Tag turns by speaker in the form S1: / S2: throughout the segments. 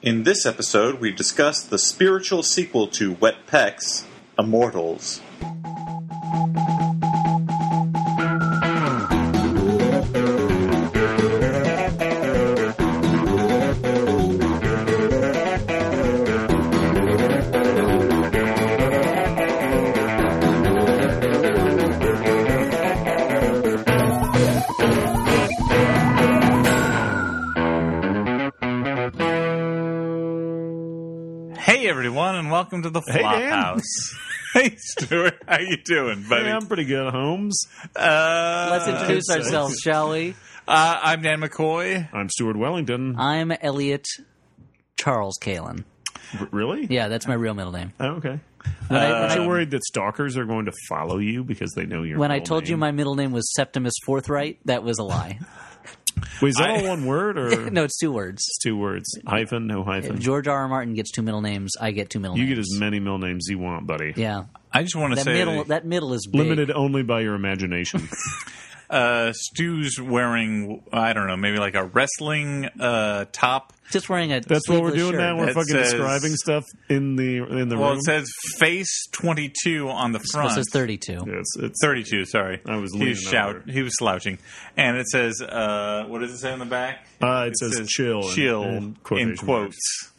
S1: In this episode, we discuss the spiritual sequel to Wet Pecs, Immortals.
S2: Hey everyone, and welcome to the
S3: Hey,
S2: Flop
S3: Dan.
S2: House. hey Stuart, how you doing, buddy?
S3: Yeah, I'm pretty good, Holmes.
S2: Uh,
S4: Let's introduce
S3: Uh,
S4: ourselves, shall we?
S2: Uh, I'm Dan McCoy.
S3: I'm Stuart Wellington.
S4: I'm Elliot Charles Kalen.
S3: R- really?
S4: Yeah, that's my real middle name.
S3: Oh, okay.
S4: When, I,
S3: Aren't
S4: when, I,
S3: you worried that stalkers are going to follow you because they know your
S4: when I
S3: real
S4: told you
S3: name?
S4: my middle name was Septimus Forthright, that was a lie.
S3: Wait, is that
S2: I-
S3: all one word or
S4: no, it's two words.
S3: it's two words? Hyphen, no hyphen.
S4: George R. R. Martin gets two middle names. I get two middle
S3: You
S4: names.
S3: get as many middle names you want, buddy.
S4: yeah,
S2: I just want to
S4: that
S2: say
S4: middle that middle is big.
S3: Limited only by your imagination.
S2: uh, Stu's wearing I don't know, maybe like a wrestling uh, top.
S4: Just wearing a
S3: That's what we're
S4: sleeveless
S3: doing
S4: shirt.
S3: now. We're
S2: that
S3: fucking
S2: says-
S3: describing stuff in the in the
S2: Well,
S3: room.
S2: it says face 22 on the
S4: This
S2: front.
S4: is thirty-two.
S3: Yeah, it's, it's
S2: 32, sorry.
S3: I was
S2: he
S3: leaning
S2: was shout.
S3: over.
S2: He was slouching, and it says, uh, "What does it say on the back?"
S3: Uh, it says chill in-
S2: chill
S3: in
S2: in
S3: quotation
S2: quotes.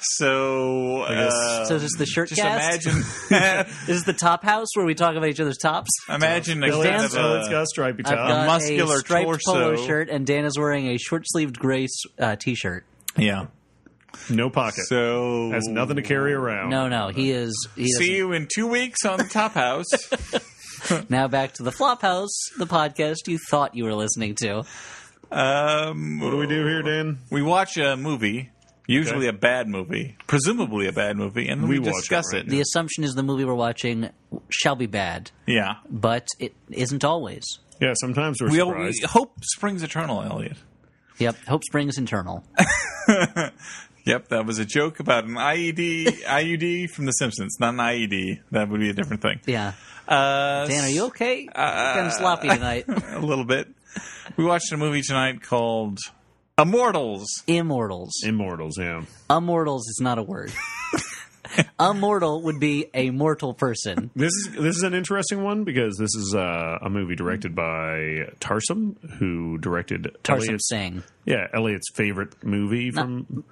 S2: So,
S3: guess-
S2: uh,
S4: So just the shirt
S2: just
S4: cast?
S2: imagine,
S4: This is the top house where we talk about each other's tops.
S2: imagine a
S3: Billy,
S2: kind of
S3: so it's got
S2: a,
S3: a stripy
S4: I've
S3: top.
S4: got
S2: muscular
S4: a striped polo
S2: torso.
S4: shirt, and Dan is wearing a short-sleeved gray s- uh, t-shirt.
S2: yeah.
S3: no pocket.
S2: So
S3: Has nothing to carry around.
S4: No, no, he is. He is
S2: See you in two weeks on the Top House.
S4: Now back to the Flophouse, the podcast you thought you were listening to.
S2: um,
S3: What do we do here, Dan?
S2: We watch a movie, usually a bad movie, presumably a bad movie, and then we,
S3: We watch it
S2: discuss
S3: right
S2: it.
S4: The assumption is the movie we're watching shall be bad,
S2: Yeah,
S4: but it isn't always.
S3: Yeah, sometimes we're
S2: we, we
S3: surprised.
S2: hope springs eternal, Elliot.
S4: Yep, Hope Springs Internal.
S2: Yep, that was a joke about an E IED IUD from The Simpsons, not an IED. That would be a different thing.
S4: Yeah.
S2: Uh,
S4: Dan, are you okay? kind
S3: Uh,
S4: of sloppy tonight.
S2: a little bit. We watched a movie tonight called Immortals.
S4: Immortals.
S3: Immortals, yeah.
S4: Immortals is not a word. Immortal would be a mortal person.
S3: This is this is an interesting one because this is uh, a movie directed by Tarsum, who directed
S4: Tarsum
S3: Elliot's
S4: Singh.
S3: yeah Elliot's favorite movie from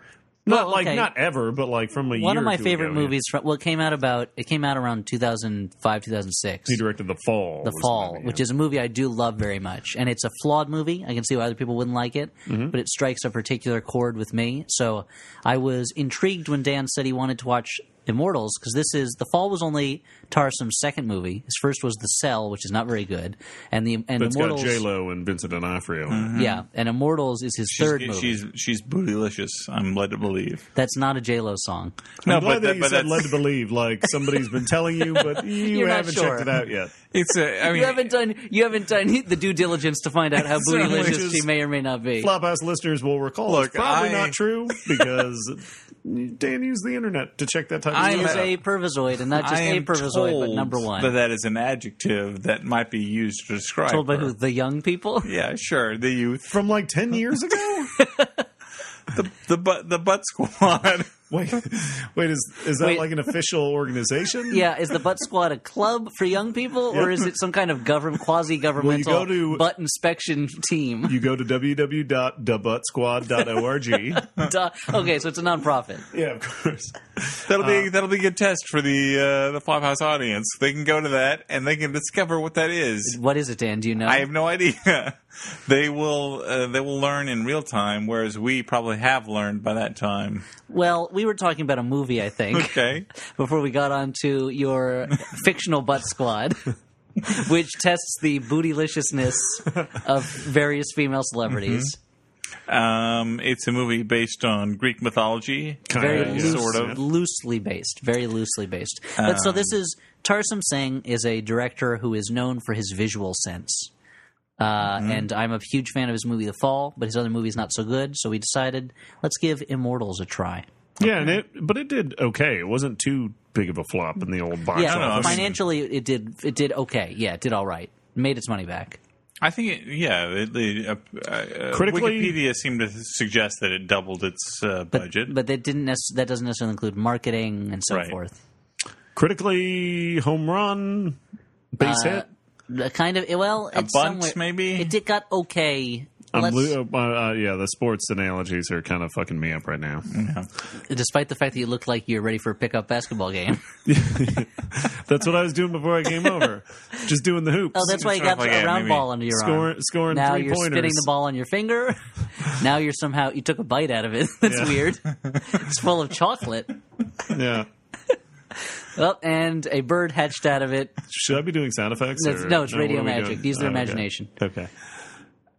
S3: not,
S4: Well,
S3: like
S4: okay.
S3: not ever, but like from a
S4: One
S3: year
S4: of
S3: or
S4: my
S3: two
S4: favorite
S3: ago, yeah.
S4: movies from well, it came out about it came out around 2005, 2006.
S3: He directed The Fall.
S4: The Fall, which is a movie I do love very much, and it's a flawed movie. I can see why other people wouldn't like it,
S2: Mm-hmm.
S4: but it strikes a particular chord with me. So I was intrigued when Dan said he wanted to watch Immortals because this is The Fall was only Tarsum's second movie. His first was The Cell, which is not very good, and the and
S3: that's got
S4: Immortals,
S3: J Lo and Vincent D'Onofrio. in it.
S4: yeah, and Immortals is his third movie.
S2: Mm-hmm. she's she's bootylicious. I'm led to believe.
S4: That's not a J Lo song.
S2: No,
S3: I'm
S2: but
S3: glad that
S2: that-
S3: you
S2: but
S3: said
S2: that's-
S3: led to believe, like somebody's been telling you, but you
S4: You're not
S3: haven't
S4: sure.
S3: checked it out yet.
S2: It's a. I mean,
S4: You haven't done you haven't done the due diligence to find out how
S3: Certainly
S4: bootylicious
S3: just-
S4: she may or may not be.
S3: Flophouse listeners will recall.
S2: Look,
S3: it's probably
S2: I-
S3: not true because Dan used the internet to check that type of
S2: I
S3: stuff
S2: am
S4: is
S3: out.
S4: a pervisoid, and not just
S2: I
S4: a
S2: am
S4: pervisoid, but
S2: told
S4: number one.
S2: That that is an adjective that might be used to describe.
S4: Told by
S2: her.
S4: who? The young people?
S2: Yeah, sure. The youth,
S3: from like ten years ago.
S2: the butt, the butt squad.
S3: Wait, wait, is is that
S4: Wait.
S3: like an official organization?
S4: Yeah, is the Butt Squad a club for young people, or is it some kind of government, quasi-governmental
S3: Well, you go to-
S4: butt inspection team?
S3: You go to www.dubuttsquad.org.
S4: Duh. okay, so it's a nonprofit.
S3: yeah, of course.
S2: That'll
S3: Uh,
S2: be that'll be a good test for the uh, the Flophouse audience. They can go to that and they can discover what that is.
S4: What is it, Dan? Do you know?
S2: I have no idea. They will uh, they will learn in real time, whereas we probably have learned by that time.
S4: Well, we were talking about a movie, I think,
S2: Okay,
S4: before we got on to your fictional Butt Squad, which tests the bootyliciousness of various female celebrities.
S3: Mm-hmm.
S2: um, it's a movie based on Greek mythology.
S4: very
S3: Kinda,
S4: loose-
S2: Sort of. Um,
S4: loosely based, very loosely based. but so this is Tarsum Singh is a director who is known for his visual sense. Uh,
S2: Mm-hmm.
S4: And I'm a huge fan of his movie The Fall, but his other movie is not so good. So we decided let's give Immortals a try.
S3: Yeah, and it but it did okay. It wasn't too big of a flop in the old box
S4: Yeah,
S2: don't know, I
S3: office.
S2: mean-
S4: financially it did it did okay. Yeah, it did all right. Made its money back.
S2: I think, it, yeah, the, the, uh, uh,
S3: Critically-
S2: Wikipedia seemed to suggest that it doubled its uh, budget.
S4: But that didn't nec- that doesn't necessarily include marketing and so
S2: Right.
S4: forth.
S3: Critically, home run, base
S4: Uh,
S3: hit.
S4: The kind of well,
S2: a
S4: it's somewhere-
S2: bunch, maybe.
S4: It did got okay.
S3: I'm
S4: Let's-
S3: lo- uh, uh, yeah, the sports analogies are kind of fucking me up right now.
S4: Mm. despite the fact that you look like you're ready for a pickup basketball game.
S3: That's what I was doing before I came over, just doing the hoops,
S4: Oh, that's why you
S2: Sort
S4: got
S2: of like
S4: a
S2: a
S4: round
S2: maybe
S4: ball under your
S3: scoring,
S4: arm.
S3: scoring
S4: Now
S3: 3
S4: you're
S3: pointers.
S4: spitting the ball on your finger. now you're somehow you took a bite out of it. That's
S3: Yeah.
S4: weird. It's full of chocolate.
S3: Yeah.
S4: Oh, and a bird hatched out of it.
S3: Should I be doing sound effects?
S4: That's-
S3: or-
S4: no, it's
S3: what
S4: radio
S3: are we
S4: magic.
S3: doing?
S4: Use their
S3: Oh, okay.
S4: imagination.
S3: Okay.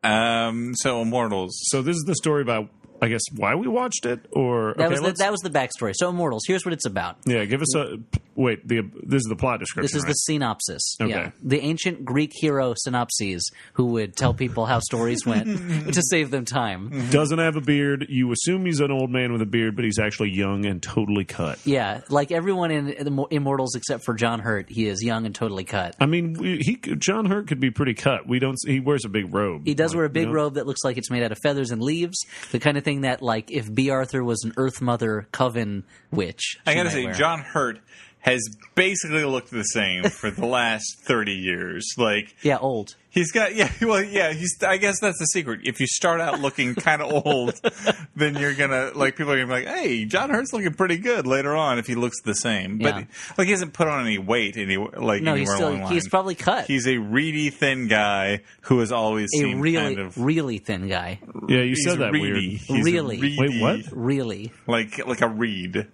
S2: Um, so Immortals.
S3: So this is the story about, I guess, why we watched it, or
S4: That
S3: okay,
S4: was the,
S3: let's-
S4: that was the backstory. So Immortals. Here's what it's about.
S3: yeah. Give us a wait. The this is the plot description.
S4: This is
S3: right?
S4: the synopsis.
S3: Okay.
S4: Yeah. The ancient Greek hero synopses who would tell people how stories went to save them time.
S3: doesn't have a beard. You assume he's an old man with a beard, but he's actually young and totally cut.
S4: Yeah, like everyone in Immo- Immortals except for John Hurt, he is young and totally cut.
S3: I mean, we, he could- John Hurt could be pretty cut. We don't. s- He wears a big robe.
S4: He does
S3: Like,
S4: wear a big
S3: you know?
S4: robe that looks like it's made out of feathers and leaves, the kind of thing that, like, if B. Arthur was an Earth Mother Coven witch,
S2: I
S4: she
S2: gotta
S4: might
S2: say,
S4: wear.
S2: John Hurt has basically looked the same for the last thirty years. Like
S4: yeah, old.
S2: he's got, yeah, well, yeah. He's. I guess that's the secret. If you start out looking kind of old, then you're gonna like people are gonna be like, "Hey, John Hurt's looking pretty good." Later on, if he looks the same, but
S4: Yeah.
S2: like he hasn't put on any weight any like
S4: No,
S2: anywhere
S4: he's still
S2: along the
S4: he's
S2: line.
S4: probably cut.
S2: He's a reedy thin guy who has always
S4: a
S2: seemed
S4: really,
S2: kind of
S4: really thin guy.
S3: Yeah, you
S2: he's
S3: said that
S2: reedy.
S3: weird.
S2: He's a
S4: Really?
S2: reedy-
S3: Wait, what?
S4: Really,
S2: Like like a reed.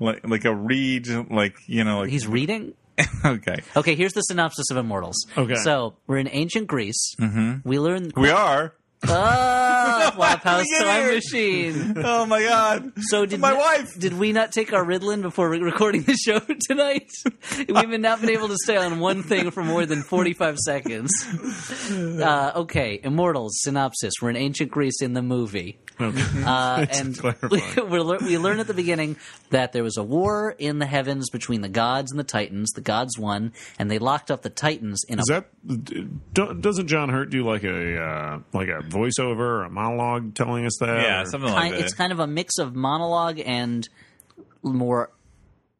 S2: Like like a reed, like you know, like
S4: he's reading.
S2: okay.
S4: Okay, here's the synopsis of Immortals.
S3: Okay.
S4: so we're in ancient Greece. Mm-hmm. We learn
S2: We are.
S4: oh, Flop House
S2: Get
S4: Time
S2: here.
S4: Machine.
S2: Oh my god.
S4: So did
S2: My
S4: we-
S2: wife.
S4: Did we not take our Ritalin before re- recording the show tonight? We've been not been able to stay on one thing for more than forty five seconds. Uh, okay, Immortals synopsis: We're in ancient Greece in the movie, uh, and we,
S3: clarifying.
S4: we're lear- we learn at the beginning that there was a war in the heavens between the gods and the titans. The gods won, and they locked up the titans in a
S3: Is that d- don't- doesn't John Hurt do like a uh, like a voiceover or a monologue telling us that?
S2: Yeah,
S3: or-
S2: something like
S4: kind,
S2: that.
S4: it's kind of a mix of monologue and more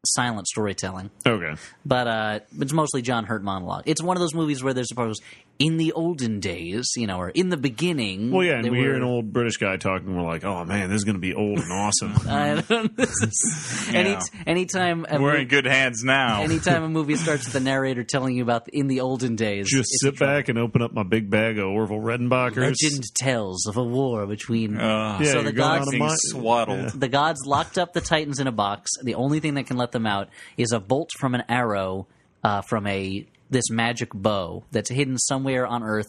S4: silent storytelling.
S3: okay.
S4: But uh, it's mostly John Hurt monologue. It's one of those movies where there's supposed in the olden days, you know, or in the beginning.
S3: Well, yeah, and
S4: they
S3: we hear
S4: were-
S3: an old British guy talking. We're like, oh man, this is going to be old and awesome.
S4: I don't. This is, any
S2: Yeah.
S4: anytime a
S2: We're
S4: mo-
S2: in good hands now.
S4: anytime a movie starts with the narrator telling you about the, in the olden days,
S3: Just
S4: it's
S3: sit back and open up my big bag of Orville Redenbachers.
S4: legend tells of a war between.
S2: Uh,
S3: Yeah,
S4: so
S3: you're
S4: the
S3: going
S4: gods
S3: on a
S2: being
S3: mine-
S2: swaddled.
S4: the gods locked up the titans in a box. The only thing that can let them out is a bolt from an arrow uh, from a this magic bow that's hidden somewhere on Earth.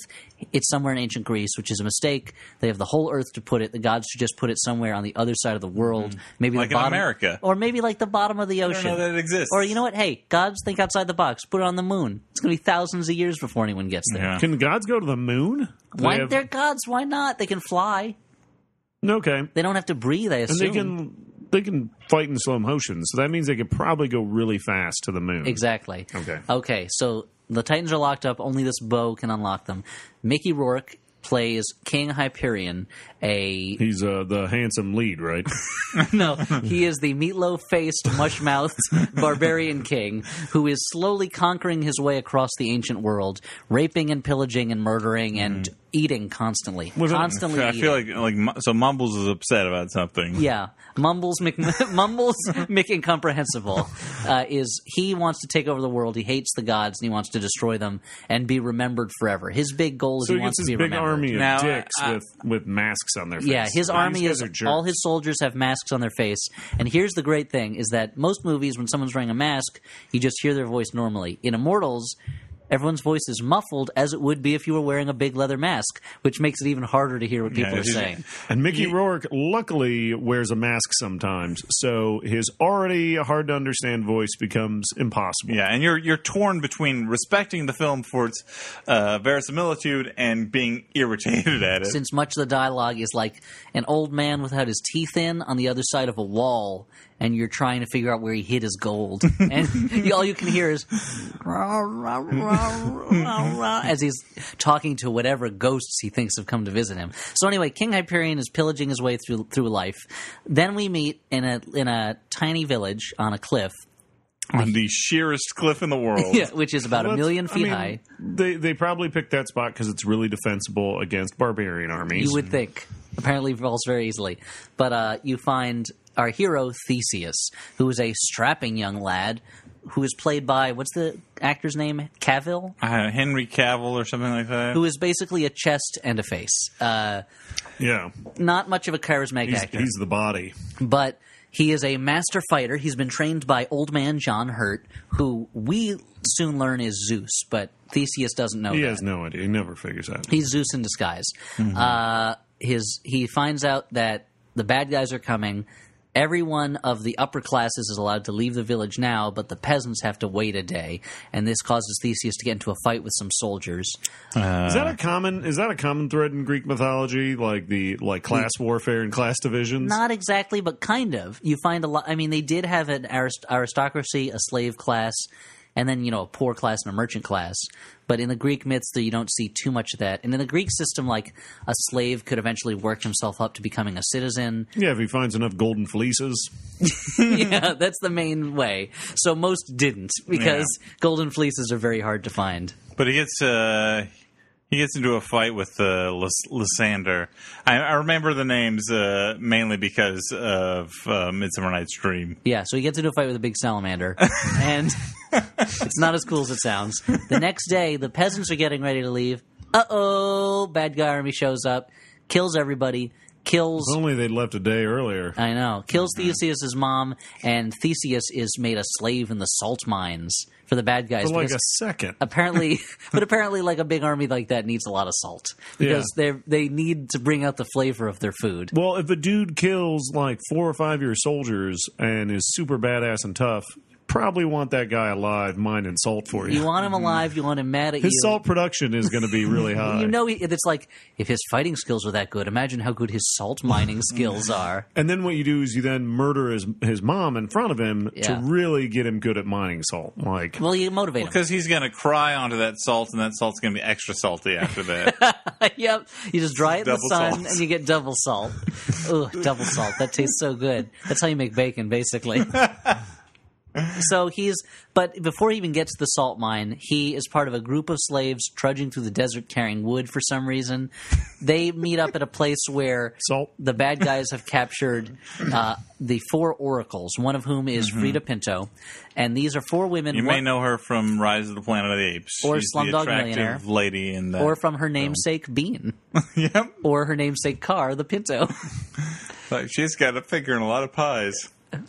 S4: It's somewhere in ancient Greece, which is a mistake. They have the whole Earth to put it. The gods should just put it somewhere on the other side of the world, maybe
S2: Mm-hmm. Like
S4: the
S2: in
S4: bottom,
S2: America.
S4: or maybe like the bottom of the
S2: I
S4: ocean.
S2: don't know that it exists.
S4: or you know what? Hey, gods think outside the box. Put it on the moon. It's going to be thousands of years before anyone gets there.
S2: Yeah.
S3: Can the gods go to the moon? Do they
S4: Why
S3: have-
S4: they're gods? Why not? They can fly.
S3: okay,
S4: They don't have to breathe. I
S3: and
S4: assume.
S3: they can they can fight in slow motion, so that means they could probably go really fast to the moon.
S4: Exactly.
S3: Okay.
S4: Okay. So the Titans are locked up. Only this bow can unlock them. Mickey Rourke plays King Hyperion. A
S3: He's uh, the handsome lead, right?
S4: no, he is the meatloaf-faced, mush-mouthed barbarian king who is slowly conquering his way across the ancient world, raping and pillaging and murdering and eating constantly.
S3: it-
S4: constantly.
S2: I
S4: eating.
S2: feel like like Mu- so Mumbles is upset about something.
S4: Yeah, Mumbles Mc, Mumbles Mick Incomprehensible uh, is he wants to take over the world. He hates the gods and he wants to destroy them and be remembered forever. His big goal is
S3: So
S4: he,
S3: he
S4: wants
S3: gets
S4: to
S3: his
S4: be
S3: big
S4: remembered.
S3: army of
S2: Now,
S3: dicks
S2: I-
S3: with, with masks on their face.
S4: Yeah, his
S3: These
S4: army
S3: guys
S4: is
S3: are jerks.
S4: all his soldiers have masks on their face. And here's the great thing is that most movies when someone's wearing a mask, you just hear their voice normally. In Immortals, everyone's voice is muffled as it would be if you were wearing a big leather mask, which makes it even harder to hear what people
S2: Yeah,
S4: are
S2: he's-
S4: saying.
S3: And Mickey Rourke luckily wears a mask sometimes, so his already hard to understand voice becomes impossible.
S2: Yeah, and you're you're torn between respecting the film for its uh, verisimilitude and being irritated at it.
S4: since much of the dialogue is like an old man without his teeth in on the other side of a wall and you're trying to figure out where he hid his gold, and you- all you can hear is "Rah, rah, rah, rah, rah," as he's talking to whatever ghosts he thinks have come to visit him. So anyway, King Hyperion is pillaging his way through through life. Then we meet in a in a tiny village on a cliff,
S2: on the sheerest cliff in the world.
S4: which is about a
S3: That's-
S4: million
S3: I
S4: feet
S3: mean,
S4: high.
S3: They they probably picked that spot because it's really defensible against barbarian armies.
S4: You would think. Apparently falls very easily. But uh, you find our hero Theseus, who is a strapping young lad who is played by what's the actor's name? Cavill?
S2: Uh, Henry Cavill or something like that.
S4: Who is basically a chest and a face. Uh,
S3: yeah,
S4: not much of a charismatic
S3: he's,
S4: actor.
S3: he's the body.
S4: but he is a master fighter. He's been trained by old man John Hurt, who we soon learn is Zeus, but Theseus doesn't know
S3: He
S4: that.
S3: has no idea. He never figures out.
S4: He's Zeus in disguise. Uh, his he finds out that the bad guys are coming. Everyone of the upper classes is allowed to leave the village now, but the peasants have to wait a day, and this causes Theseus to get into a fight with some soldiers. Uh,
S3: Is that a common? Is that a common thread in Greek mythology? Like the like class warfare and class divisions.
S4: Not exactly, but kind of. You find a lot. I mean, they did have an arist- aristocracy, a slave class, and then you know a poor class and a merchant class. But in the Greek myths, there you don't see too much of that. And in the Greek system, like a slave could eventually work himself up to becoming a citizen.
S3: yeah, if he finds enough golden fleeces.
S4: yeah, that's the main way. So most didn't because golden fleeces are very hard to find.
S2: But he gets uh, he gets into a fight with uh, Lys- Lysander. I, I remember the names uh, mainly because of uh, Midsummer Night's Dream.
S4: Yeah, so he gets into a fight with a big salamander, and it's not as cool as it sounds. The next day, the peasants are getting ready to leave. Uh oh, bad guy army shows up, kills everybody, kills.
S3: If only they'd left a day earlier.
S4: I know. Kills Theseus's mom, and Theseus is made a slave in the salt mines for the bad guys.
S3: For like
S4: because-
S3: a second.
S4: apparently but apparently like a big army like that needs a lot of salt because they they need to bring out the flavor of their food
S3: Well, if a dude kills like four or five year soldiers and is super badass and tough, you probably want that guy alive, mine and salt for you.
S4: you want him alive you want him mad at
S3: His
S4: you
S3: salt production is going to be really high.
S4: you know he- it's like if his fighting skills are that good imagine how good his salt mining skills are
S3: and then what you do is you then murder his his mom in front of him to
S4: Yeah.
S3: really get him good at mining salt. Like
S4: well you motivate him
S2: Because he's going to cry onto that salt, and that salt's going to be extra salty after that.
S4: yep you just dry it in the
S2: Double
S4: sun
S2: salt.
S4: and you get double salt Ugh, double salt that tastes so good that's how you make bacon basically so he's but before he even gets to the salt mine he is part of a group of slaves trudging through the desert carrying wood for some reason they meet up at a place where
S3: Salt.
S4: the bad guys have captured uh, the four oracles one of whom is frida pinto and these are four women
S2: Mm-hmm. you may
S4: one-
S2: know her from Rise of the Planet of the Apes.
S4: Or
S2: She's the
S4: Slumdog
S2: attractive
S4: Millionaire.
S2: lady in that.
S4: or from her namesake bean
S2: yep.
S4: or her namesake car the pinto
S2: Like, she's got a finger in a lot of pies.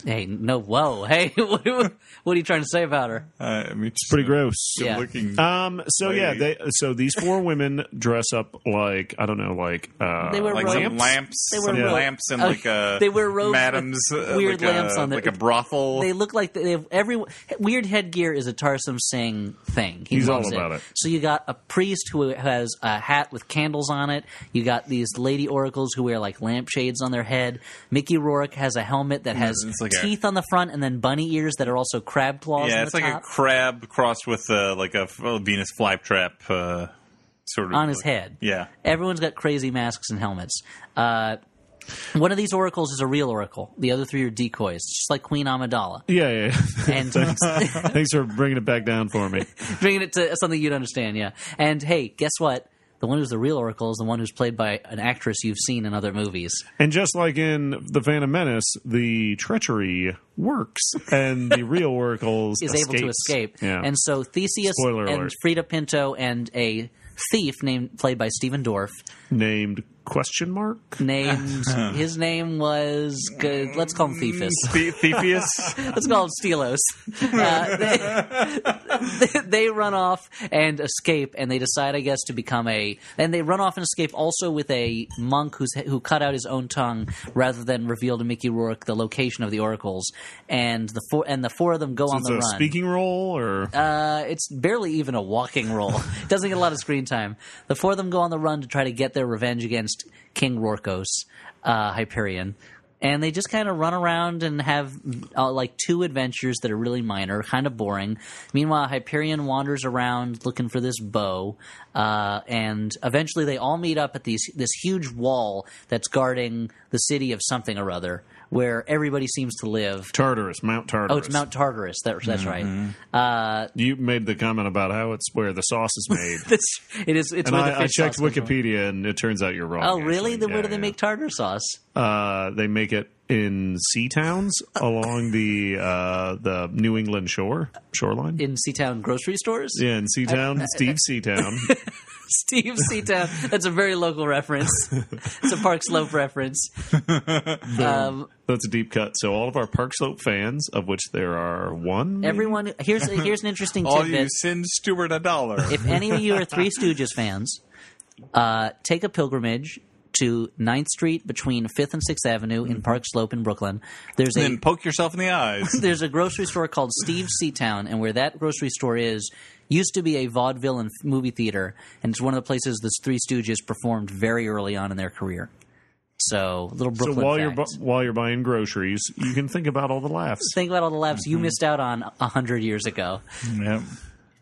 S4: Hey, no, whoa. Hey, what, what are you trying to say about her?
S2: Uh, I mean, she's
S3: pretty
S2: a
S3: gross.
S4: Yeah.
S2: Looking,
S3: Um. So yeah,
S2: Lady.
S3: they so these four women dress up like I don't know, like uh,
S4: They were
S2: like some
S4: robes.
S2: lamps,
S4: They wear
S2: some
S4: robes.
S2: lamps, and
S4: Oh,
S2: like a
S4: they wear robes with
S2: Madams, uh,
S4: weird
S2: like
S4: lamps
S2: a,
S4: on their-
S2: like a brothel.
S4: They look like they have every weird headgear is a Tarsum Singh thing. He
S3: He's all
S4: loves
S3: about it.
S4: So you got a priest who has a hat with candles on it. You got these lady oracles who wear like lampshades on their head. Mickey Rourke has a helmet that has
S2: Mm, it's like a-
S4: teeth on the front and then bunny ears that are also crab claws.
S2: yeah,
S4: on
S2: it's
S4: the
S2: like
S4: top.
S2: a crab crossed with uh, like a, f- a Venus flytrap uh, sort of
S4: on his
S2: like-
S4: head.
S2: Yeah,
S4: Everyone's got crazy masks and helmets. Uh, one of these oracles is a real oracle. The other three are decoys, just like Queen Amidala.
S3: yeah, yeah. yeah.
S4: And
S3: Thanks for bringing it back down for me.
S4: bringing it to something you'd understand, yeah. And hey, guess what? The one who's the real oracle is the one who's played by an actress you've seen in other movies.
S3: And just like in The Phantom Menace, the treachery works, and the real oracles
S4: Is able to
S3: escapes.
S4: escape.
S3: Yeah.
S4: And so Theseus
S3: Spoiler
S4: and
S3: alert.
S4: Frida Pinto and a thief named played by Stephen Dorff
S3: named question mark.
S4: named his name was good, let's call him Thiefus.
S2: The- Theseus.
S4: Let's call them Steelos. Uh, they, Uh, they run off and escape, and they decide, I guess, to become a. And they run off and escape also with a monk who's who cut out his own tongue rather than reveal to Mickey Rourke the location of the oracles. And the four and the four of them go on
S3: It's
S4: the
S3: a
S4: run.
S3: speaking role, or
S4: Uh, it's barely even a walking role. It Doesn't get a lot of screen time. The four of them go on the run to try to get their revenge against King Rorkos, uh, Hyperion, and they just kind of run around and have uh, like two adventures that are really minor, kind of boring. Meanwhile, Hyperion wanders around looking for this bow, uh, and eventually they all meet up at these this huge wall that's guarding the city of something or other, where everybody seems to live.
S3: Tartarus, Mount Tartarus.
S4: Oh, it's Mount Tartarus. That, that's right. Uh,
S3: You made the comment about how it's where the sauce is made.
S4: this it is. It's
S3: and
S4: where
S3: I,
S4: the
S3: I
S4: fish
S3: checked
S4: sauce comes from.
S3: Wikipedia, and it turns out you're wrong.
S4: Oh, really?
S3: actually.
S4: Then where
S3: Yeah,
S4: do they
S3: yeah.
S4: make tartar sauce?
S3: Uh, they make it in sea towns along the uh, the New England shore shoreline.
S4: In Seatown grocery stores?
S3: yeah, in Seatown, Steve Seatown.
S4: Steve Seatown. That's a very local reference. It's a Park Slope reference. Um,
S3: That's a deep cut. So all of our Park Slope fans, of which there are one, maybe?
S4: everyone, here's here's an interesting
S2: All
S4: tidbit.
S2: you send Stewart a dollar.
S4: if any of you are Three Stooges fans, uh, take a pilgrimage to 9th Street between Fifth and Sixth Avenue
S3: Mm-hmm.
S4: in Park Slope in Brooklyn. There's a
S2: then poke yourself in the eyes.
S4: there's a grocery store called Steve's Seatown, and where that grocery store is used to be a vaudeville and f- movie theater, and it's one of the places the Three Stooges performed very early on in their career. So, little
S3: So
S4: Brooklyn.
S3: while you're
S4: facts.
S3: bu- while you're buying groceries, you can think about all the laughs.
S4: think about all the laughs
S3: Mm-hmm.
S4: you missed out on a hundred years ago.
S2: Yep.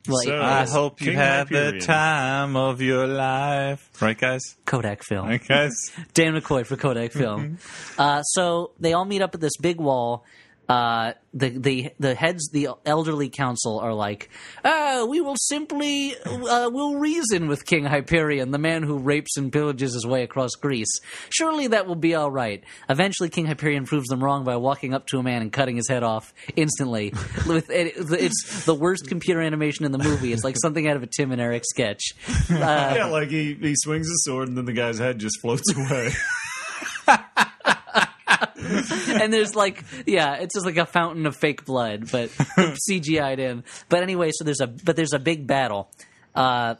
S4: Well,
S3: So-
S4: uh,
S2: I hope you
S3: King
S2: had the
S3: Hyperion.
S2: time of your life. Right, guys?
S4: Kodak film.
S2: Right, guys?
S4: Dan McCoy for Kodak Film. uh, so they all meet up at this big wall. Uh, the the the heads, the elderly council, are like, "Ah, we will simply uh, will reason with King Hyperion, the man who rapes and pillages his way across Greece. Surely that will be all right." Eventually, King Hyperion proves them wrong by walking up to a man and cutting his head off instantly. with it, it's the worst computer animation in the movie. It's like something out of a Tim and Eric sketch. Uh,
S3: yeah, like he, he swings his sword and then the guy's head just floats away.
S4: and there's like yeah it's just like a fountain of fake blood but cgi'd in but anyway so there's a but there's a big battle uh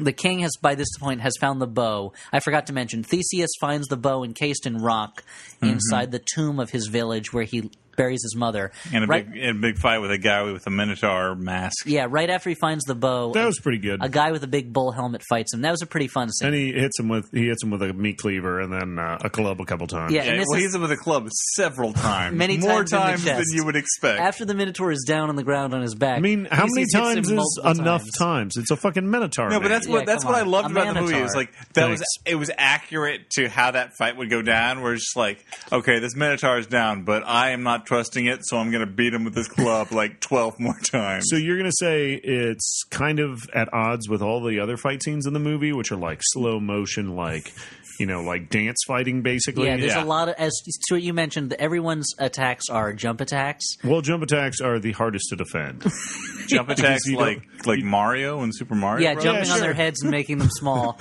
S4: the king has by this point has found the bow i forgot to mention theseus finds the bow encased in rock
S3: Mm-hmm.
S4: inside the tomb of his village where he buries his mother
S2: And a,
S4: right
S2: big, and a big fight with a guy with a Minotaur mask.
S4: yeah right after he finds the bow
S3: that was pretty good.
S4: a guy with a big bull helmet fights him that was a pretty fun scene
S3: and he hits him with he hits him with a meat cleaver and then uh, a club a couple times.
S4: Yeah,
S2: Yeah,
S4: and this
S2: well,
S4: is-
S2: he's with a club several times.
S4: Many
S2: More
S4: times in the
S2: times
S4: chest.
S2: than you would expect.
S4: after the minotaur is down on the ground on his back
S3: I mean, how many
S4: Theseus hits him
S3: times is
S4: multiple
S3: enough
S4: times.
S3: times. It's a fucking minotaur.
S2: No, but
S3: man.
S2: that's
S4: Yeah,
S2: what that's
S4: come
S2: what I
S4: on.
S2: loved
S4: A
S2: about the movie. It was
S4: Minotaur.
S2: like that was
S3: Thanks.
S2: it was accurate to how that fight would go down. Where it's just like, okay, this Minotaur is down, but I am not trusting it, so I'm going to beat him with this club like twelve more times.
S3: So you're gonna say it's kind of at odds with all the other fight scenes in the movie, which are like slow motion, like you know, like dance fighting, basically.
S4: Yeah, there's
S2: Yeah.
S4: a lot of as Stuart you mentioned. that Everyone's attacks are jump attacks.
S3: Well, jump attacks are the hardest to defend.
S2: Jump attacks
S3: you
S2: like like Mario and Super Mario.
S4: Yeah,
S2: Bros.
S4: jumping on
S3: sure.
S4: their heads and making them small.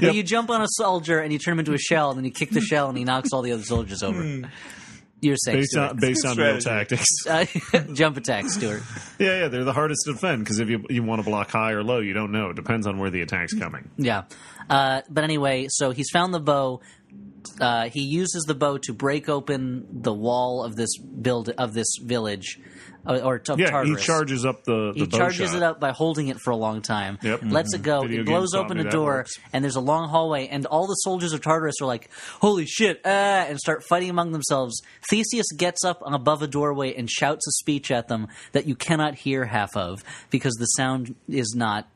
S4: But You jump on a soldier and you turn him into a shell, and then you kick the shell and he knocks all the other soldiers over. You're safe.
S3: Hmm. based on based on real
S2: Strategy.
S3: tactics.
S4: Stuart. Uh, jump attack, Stuart.
S3: Yeah, yeah, they're the hardest to defend because if you you want to block high or low, you don't know. It depends on where the attack's coming.
S4: Yeah. Uh, but anyway, so he's found the bow. Uh, he uses the bow to break open the wall of this build of this village, or, or of
S3: Yeah,
S4: Tartarus.
S3: he charges up the, the
S4: he
S3: bow
S4: charges
S3: shot.
S4: it up by holding it for a long time.
S3: Yep. Mm-hmm.
S4: Lets it go.
S3: Video
S4: it blows
S3: games taught
S4: open
S3: me
S4: a
S3: that
S4: door,
S3: works.
S4: and there's a long hallway, and all the soldiers of Tartarus are like, "Holy shit!" Uh, and start fighting among themselves. Theseus gets up above a doorway and shouts a speech at them that you cannot hear half of because the sound is not.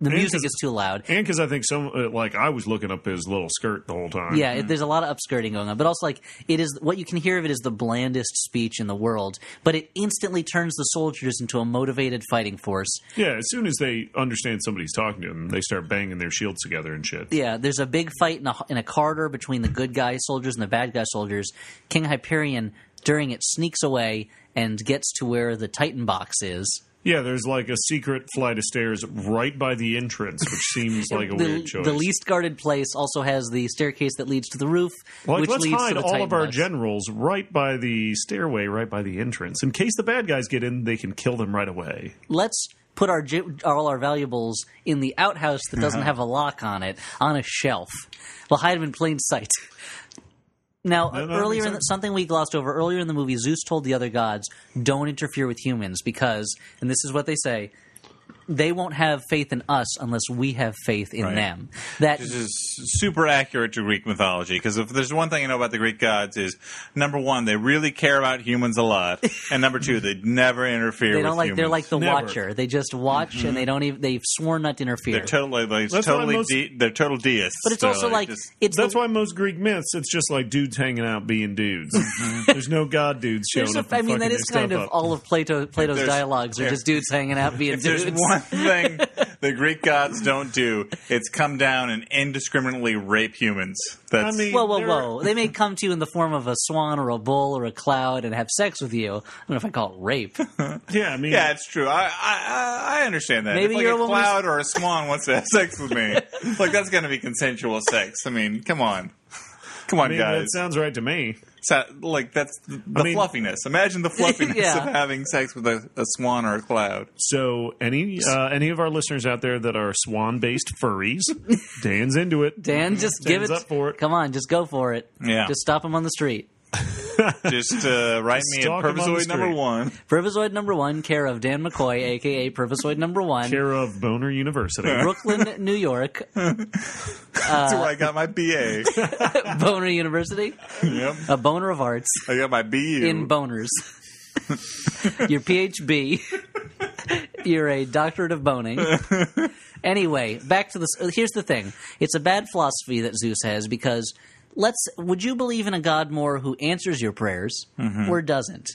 S4: The music
S3: 'cause-
S4: is too loud.
S3: And because I think some, uh, like I was looking up his little skirt the whole time.
S4: Yeah, it, there's a lot of upskirting going on, but also like it is what you can hear of it is the blandest speech in the world, but it instantly turns the soldiers into a motivated fighting force.
S3: yeah. As soon as they understand somebody's talking to them, they start banging their shields together and shit.
S4: yeah, there's a big fight in a, in a corridor between the good guy soldiers and the bad guy soldiers. King Hyperion, during it, sneaks away and gets to where the Titan box is.
S3: Yeah, there's like a secret flight of stairs right by the entrance, which seems like a
S4: The,
S3: weird choice.
S4: the least guarded place also has the staircase that leads to the roof,
S3: like,
S4: which
S3: let's
S4: leads
S3: hide
S4: to the
S3: all
S4: Titan
S3: of our
S4: box.
S3: generals right by the stairway, right by the entrance. In case the bad guys get in, they can kill them right away.
S4: Let's put our ge- all our valuables in the outhouse that doesn't have a lock on it on a shelf. We'll hide them in plain sight. Now,
S3: that
S4: earlier
S3: makes
S4: in the,
S3: sense.
S4: something we glossed over earlier in the movie, Zeus told the other gods, "Don't interfere with humans because," and this is what they say: they won't have faith in us unless we have faith in
S2: Right.
S4: them. That
S2: This is super accurate to Greek mythology because if there's one thing I know about the Greek gods is number one, they really care about humans a lot, and number two, they never interfere.
S4: they
S2: with
S4: don't like they're
S2: humans.
S4: like the
S3: Never.
S4: watcher. They just watch and they don't even they've sworn not to interfere.
S2: They're totally, like,
S3: That's why
S2: totally,
S3: most-
S2: de- they're total deists.
S4: but it's
S2: They're,
S4: also like
S2: just-
S4: it's
S3: That's
S4: the,
S3: why most Greek myths, it's just like dudes hanging out being dudes. There's no god dudes showing
S4: Mm-hmm. there's a,
S3: up.
S4: I mean that is kind of
S3: all.
S4: all of Plato Plato's
S2: there's-
S4: dialogues are
S2: if-
S4: just dudes hanging out being
S2: if there's
S4: dudes.
S2: one thing the Greek gods don't do, it's come down and indiscriminately rape humans. That's
S3: I mean,
S4: Whoa, whoa,
S3: there are-
S4: whoa! They may come to you in the form of a swan or a bull or a cloud and have sex with you. I don't know if I call it rape.
S3: Yeah, I mean,
S2: yeah, it's true. I I- I, I understand that.
S4: Maybe
S2: if, like,
S4: you're a
S2: a
S4: woman-
S2: cloud or a swan wants to have sex with me. it's like that's going to be consensual sex. I mean, come on, come on,
S3: I mean,
S2: guys.
S3: that sounds right to me.
S2: So, like that's the
S3: mean-
S2: fluffiness. Imagine the fluffiness
S4: Yeah.
S2: of having sex with a, a swan or a cloud.
S3: So, any uh, any of our listeners out there that are swan based furries, Dan's into it.
S4: Dan, just give it.
S3: Dan's up for it.
S4: Come on, just go for it.
S2: Yeah.
S4: Just stop him on the street.
S2: Just uh, write me at
S3: stalk 'em on the
S2: Pervisoid number
S3: street.
S2: one.
S4: Pervisoid number one, care of Dan McCoy, aka Pervisoid number one,
S3: Care of Boner University.
S4: Brooklyn, New York, Uh,
S2: That's where I got my BA.
S4: Boner University,
S2: yep.
S4: a boner of arts
S2: I got my BU.
S4: in boners. Your PhD. You're a doctorate of boning. Anyway, back to this. uh, Here's the thing: it's a bad philosophy that Zeus has because let's. Would you believe in a god more who answers your prayers
S2: Mm-hmm.
S4: or doesn't?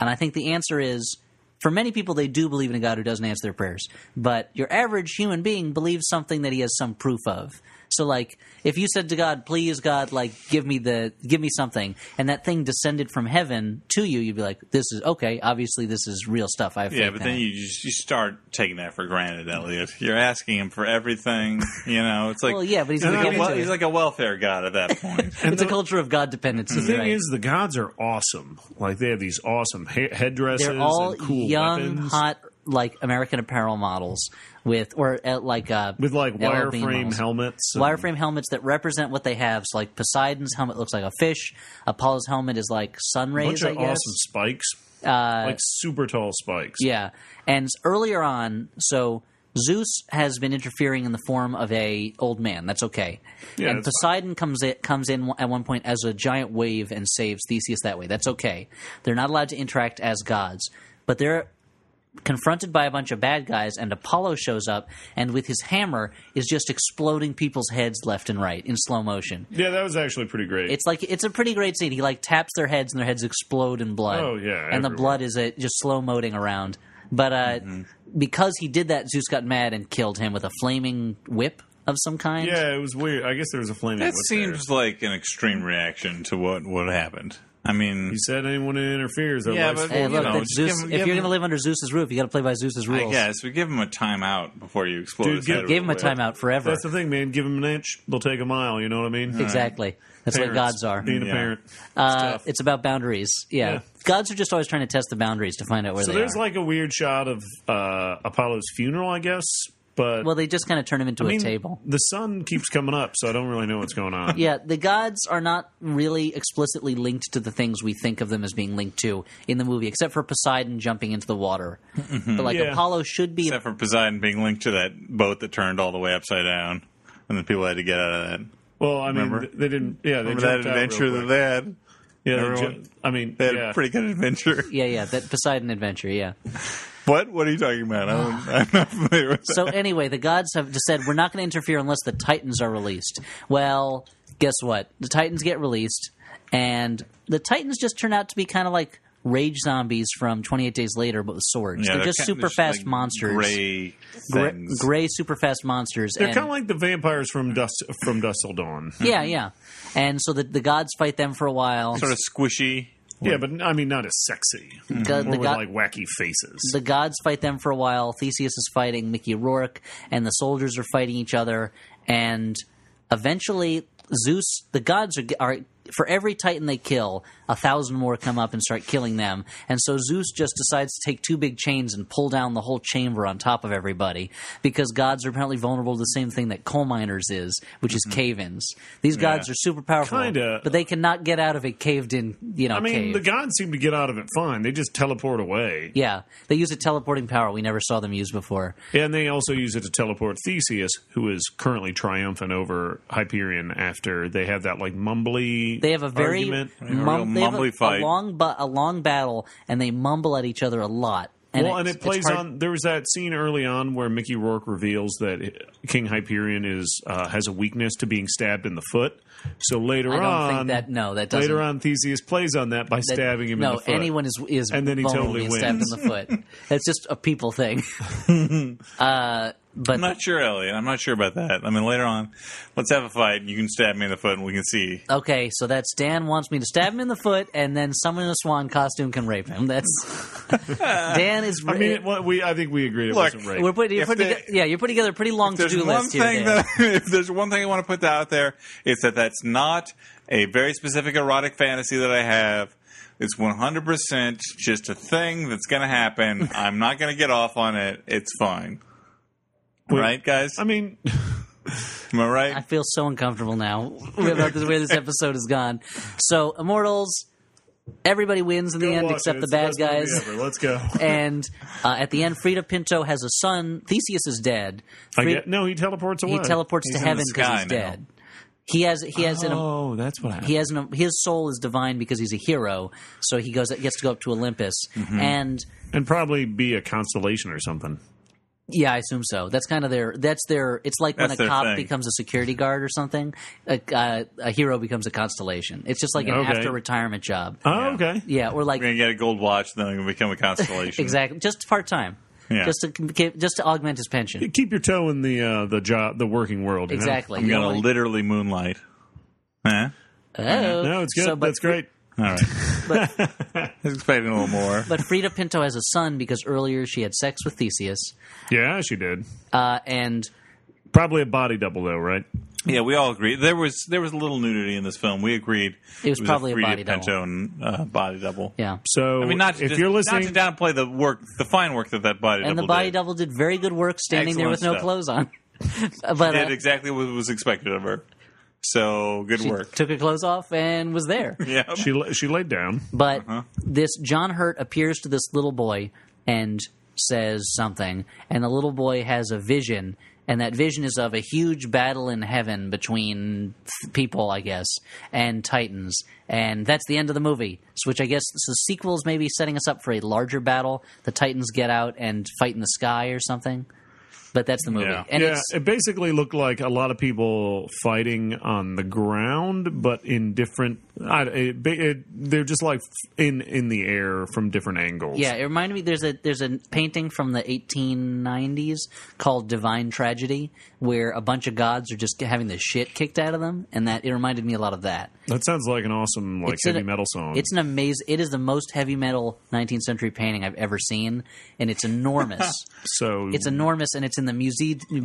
S4: And I think the answer is for many people, they do believe in a God who doesn't answer their prayers. But your average human being believes something that he has some proof of. So, like, if you said to God, "Please, God, like, give me the, give me something," and that thing descended from heaven to you, you'd be like, "This is okay. Obviously, this is real stuff." I have
S2: yeah,
S4: faith
S2: but
S4: in
S2: then
S4: it."
S2: you just, you start taking that for granted, Elliot. You're asking him for everything. You know, it's like
S4: Well, yeah, but he's
S2: You know,
S4: gonna
S2: like
S4: get
S2: a wel-
S4: into it.
S2: he's like a welfare god at that point.
S4: it's a culture of God dependency.
S3: The thing
S4: right?
S3: is, the gods are awesome. Like they have these awesome ha- headdresses.
S4: they're all
S3: and cool
S4: young,
S3: weapons.
S4: hot, like American Apparel models with, or uh, like, uh,
S3: with like
S4: LL Bean
S3: wireframe
S4: models.
S3: helmets. and-
S4: wireframe helmets that represent what they have. So, like Poseidon's helmet looks like a fish. Apollo's helmet is like sun
S3: bunch
S4: rays. I
S3: of
S4: guess.
S3: awesome spikes, uh, like super tall spikes.
S4: Yeah, and s- earlier on, so Zeus has been interfering in the form of a old man. That's okay.
S3: Yeah,
S4: and
S3: that's
S4: Poseidon comes in, comes in at one point as a giant wave and saves Theseus that way. That's okay. They're not allowed to interact as gods, but they're confronted by a bunch of bad guys and Apollo shows up and with his hammer is just exploding people's heads left and right in slow motion.
S3: yeah, that was actually pretty great.
S4: It's like it's a pretty great scene. He like taps their heads and their heads explode in blood.
S3: Oh, yeah,
S4: and the
S3: everywhere.
S4: blood is uh just slow moting around. But uh,
S3: Mm-hmm.
S4: because he did that, Zeus got mad and killed him with a flaming whip of some kind.
S3: yeah, it was weird. I guess there was a flaming.
S2: that
S3: whip
S2: seems
S3: there.
S2: like an extreme reaction to what what happened. I mean,
S3: He said anyone who interferes, their
S2: Yeah,
S3: life's
S2: but-
S4: Hey,
S2: Well, you
S4: look,
S2: know,
S4: that
S2: just
S4: Zeus,
S2: give him-
S4: if
S2: give him-
S4: you're going to live under Zeus's roof, you got to play by Zeus's rules.
S2: I guess we give him a timeout before you explode.
S3: Dude,
S2: his
S3: give-
S2: head
S4: Gave him a
S2: over with.
S4: timeout forever.
S3: That's the thing, man. Give them an inch, they'll take a mile. You know what I
S4: Mm-hmm.
S3: mean?
S4: exactly. That's what
S3: Parents,
S4: gods are.
S3: Being
S2: Yeah.
S3: a parent.
S4: Uh,
S3: tough.
S4: it's about boundaries. Yeah.
S3: Yeah.
S4: Gods are just always trying to test the boundaries to find out where
S3: So
S4: they
S3: there's
S4: are.
S3: like a weird shot of uh, Apollo's funeral, I guess. But
S4: well, they just kind of turn him into
S3: I mean,
S4: a table.
S3: The sun keeps coming up, so I don't really know what's going on.
S4: Yeah, the gods are not really explicitly linked to the things we think of them as being linked to in the movie, except for Poseidon jumping into the water.
S2: Mm-hmm.
S4: But like
S3: Yeah.
S4: Apollo should be.
S2: Except for Poseidon being linked to that boat that turned all the way upside down, and then people had to get out of that.
S3: Well, I mean,
S2: Remember?
S3: th- they didn't. Yeah, they
S2: Remember that
S3: jumped out real
S2: adventure that
S3: quick.
S2: they had?
S3: Yeah, they
S2: everyone-
S3: ju- I mean,
S2: They had
S3: yeah.
S2: a pretty good adventure.
S4: yeah, yeah, that Poseidon adventure. Yeah.
S2: What? What are you talking about? I'm, I'm not familiar with that.
S4: So anyway, the gods have just said we're not going to interfere unless the Titans are released. Well, guess what? The Titans get released, and the Titans just turn out to be kind of like rage zombies from 28 Days Later, but with swords.
S2: Yeah,
S4: they're, just
S2: kind-
S4: super
S2: just
S4: fast
S2: like
S4: monsters.
S2: Gray
S4: Gray,
S2: things.
S4: gray super fast monsters.
S3: They're
S4: and-
S3: kind of like the vampires from Dust from Dust Till Dawn.
S4: Yeah, yeah. And so the, the gods fight them for a while.
S2: sort of squishy.
S3: yeah, but I mean, not as sexy. More
S4: God- the
S3: with
S4: God-
S3: like wacky faces.
S4: The gods fight them for a while. Theseus is fighting Mickey Rourke, and the soldiers are fighting each other. And eventually, Zeus, the gods are, are for every Titan they kill, a thousand more come up and start killing them. And so Zeus just decides to take two big chains and pull down the whole chamber on top of everybody because gods are apparently vulnerable to the same thing that coal miners is, which is cave ins. These gods are super powerful,
S3: Mm-hmm. Kinda.
S4: but they cannot get out of a caved in, you know,
S3: I mean,
S4: cave.
S3: the gods seem to get out of it fine. They just teleport away.
S4: yeah, they use a teleporting power we never saw them use before.
S3: And they also use it to teleport Theseus, who is currently triumphant over Hyperion after they have that like mumbly.
S4: They have a very
S3: argument.
S2: real
S4: mum, they have a,
S2: mumbly fight.
S4: a long bu- a long battle, and they mumble at each other a lot. And
S3: well, and
S4: it's-
S3: it
S4: it's
S3: plays
S4: hard-
S3: on. There was that scene early on where Mickey Rourke reveals that King Hyperion is uh, has a weakness to being stabbed in the foot. So later
S4: I don't
S3: on,
S4: think that no, that doesn't.
S3: later on, Theseus plays on that by
S4: that-
S3: stabbing him
S4: No,
S3: in the foot.
S4: anyone is is
S3: And then he
S4: vulnerable
S3: totally
S4: to being stabbed in the foot. That's just a people thing. uh, but
S2: I'm not sure, Elliot. I'm not sure about that. I mean, later on, let's have a fight. and You can stab me in the foot, and we can see.
S4: okay, so that's Dan wants me to stab him in the foot, and then someone in a swan costume can rape him. That's Dan is.
S3: I mean, it, well, we I think we agreed it
S2: Look,
S3: wasn't right.
S4: we're putting, you're
S2: if
S4: putting
S2: they-
S4: toge- yeah, you're putting together a pretty long to
S2: there's
S4: do
S2: one
S4: list here.
S2: thing
S4: Dan.
S2: that if there's one thing I want to put out there, it's that that's not a very specific erotic fantasy that I have. It's 100% just a thing that's going to happen. I'm not going to get off on it. It's fine. right, guys?
S3: I mean,
S2: Am I right?
S4: I feel so uncomfortable now about the way this episode has gone. So, Immortals, everybody wins in the end
S3: watch it.
S4: except the
S3: It's
S4: bad
S3: best movie
S4: guys.
S3: ever. Let's go.
S4: And uh, at the end, Frida Pinto has a son. Theseus is dead.
S3: I
S4: Fri-
S3: get, no, he teleports away.
S4: he teleports
S2: He's
S4: to
S2: in the
S4: heaven because
S2: sky
S4: he's
S2: now.
S4: dead. He has he has an
S3: Oh, that's what happened.
S4: he has an, his soul is divine because he's a hero. So he goes gets to go up to Olympus
S3: Mm-hmm.
S4: and.
S3: and probably be a constellation or something.
S4: Yeah, I assume so. That's kind of their. That's their. It's like
S2: That's
S4: when
S2: their
S4: a cop
S2: thing.
S4: becomes a security guard or something. A, uh, a hero becomes a constellation. It's just like an
S3: Okay.
S4: after retirement job.
S3: Oh, okay.
S4: yeah, or like
S2: I'm going to get a gold watch, then I'm going to become a constellation.
S4: exactly just part time.
S2: Yeah.
S4: Just to com- just to augment his pension.
S3: Keep your toe in the uh, the job, the working world. you know?
S4: Exactly.
S2: I'm
S4: You
S2: going
S4: know,
S2: to
S4: like,
S2: literally moonlight. Huh?
S4: oh.
S3: No, it's good.
S4: So, but,
S3: that's great.
S2: All right. I was expecting a little more.
S4: But Frida Pinto has a son because earlier she had sex with Theseus,
S3: Yeah, she did.
S4: uh, and
S3: Probably a body double though, right?
S2: Yeah, we all agree. There was there was a little nudity in this film. We agreed.
S4: It was probably a body double.
S2: Pantone, uh, body double.
S4: yeah,
S3: So
S2: I mean, not to
S3: if
S2: dis-
S3: you're
S2: not
S3: listening,
S2: to downplay the work, the fine work that that body
S4: and
S2: double
S4: the body
S2: did.
S4: double did very good work standing there
S2: Excellent
S4: with no
S2: stuff.
S4: clothes on. but
S2: did
S4: uh,
S2: exactly what was expected of her. So good
S4: she
S2: work.
S4: took her clothes off and was there.
S2: yeah,
S3: she la- she laid down.
S4: But this John Hurt appears to this little boy and says something, and the little boy has a vision, and that vision is of a huge battle in heaven between th- people, I guess, and titans, and that's the end of the movie. So, Which I guess the sequel's maybe setting us up for a larger battle. The titans get out and fight in the sky or something. But that's the movie,
S2: Yeah.
S4: and
S3: yeah,
S4: it's
S3: it basically looked like a lot of people fighting on the ground, but in different. I, it, it, they're just like in in the air from different angles.
S4: Yeah, it reminded me. There's a there's a painting from the 1890s called Divine Tragedy, where a bunch of gods are just having the shit kicked out of them, and that it reminded me a lot of that.
S3: that sounds like an awesome like
S4: It's an-
S3: heavy metal song.
S4: It's an amazing. It is the most heavy metal 19th century painting I've ever seen, and it's enormous.
S3: so
S4: it's enormous, and it's in the muse-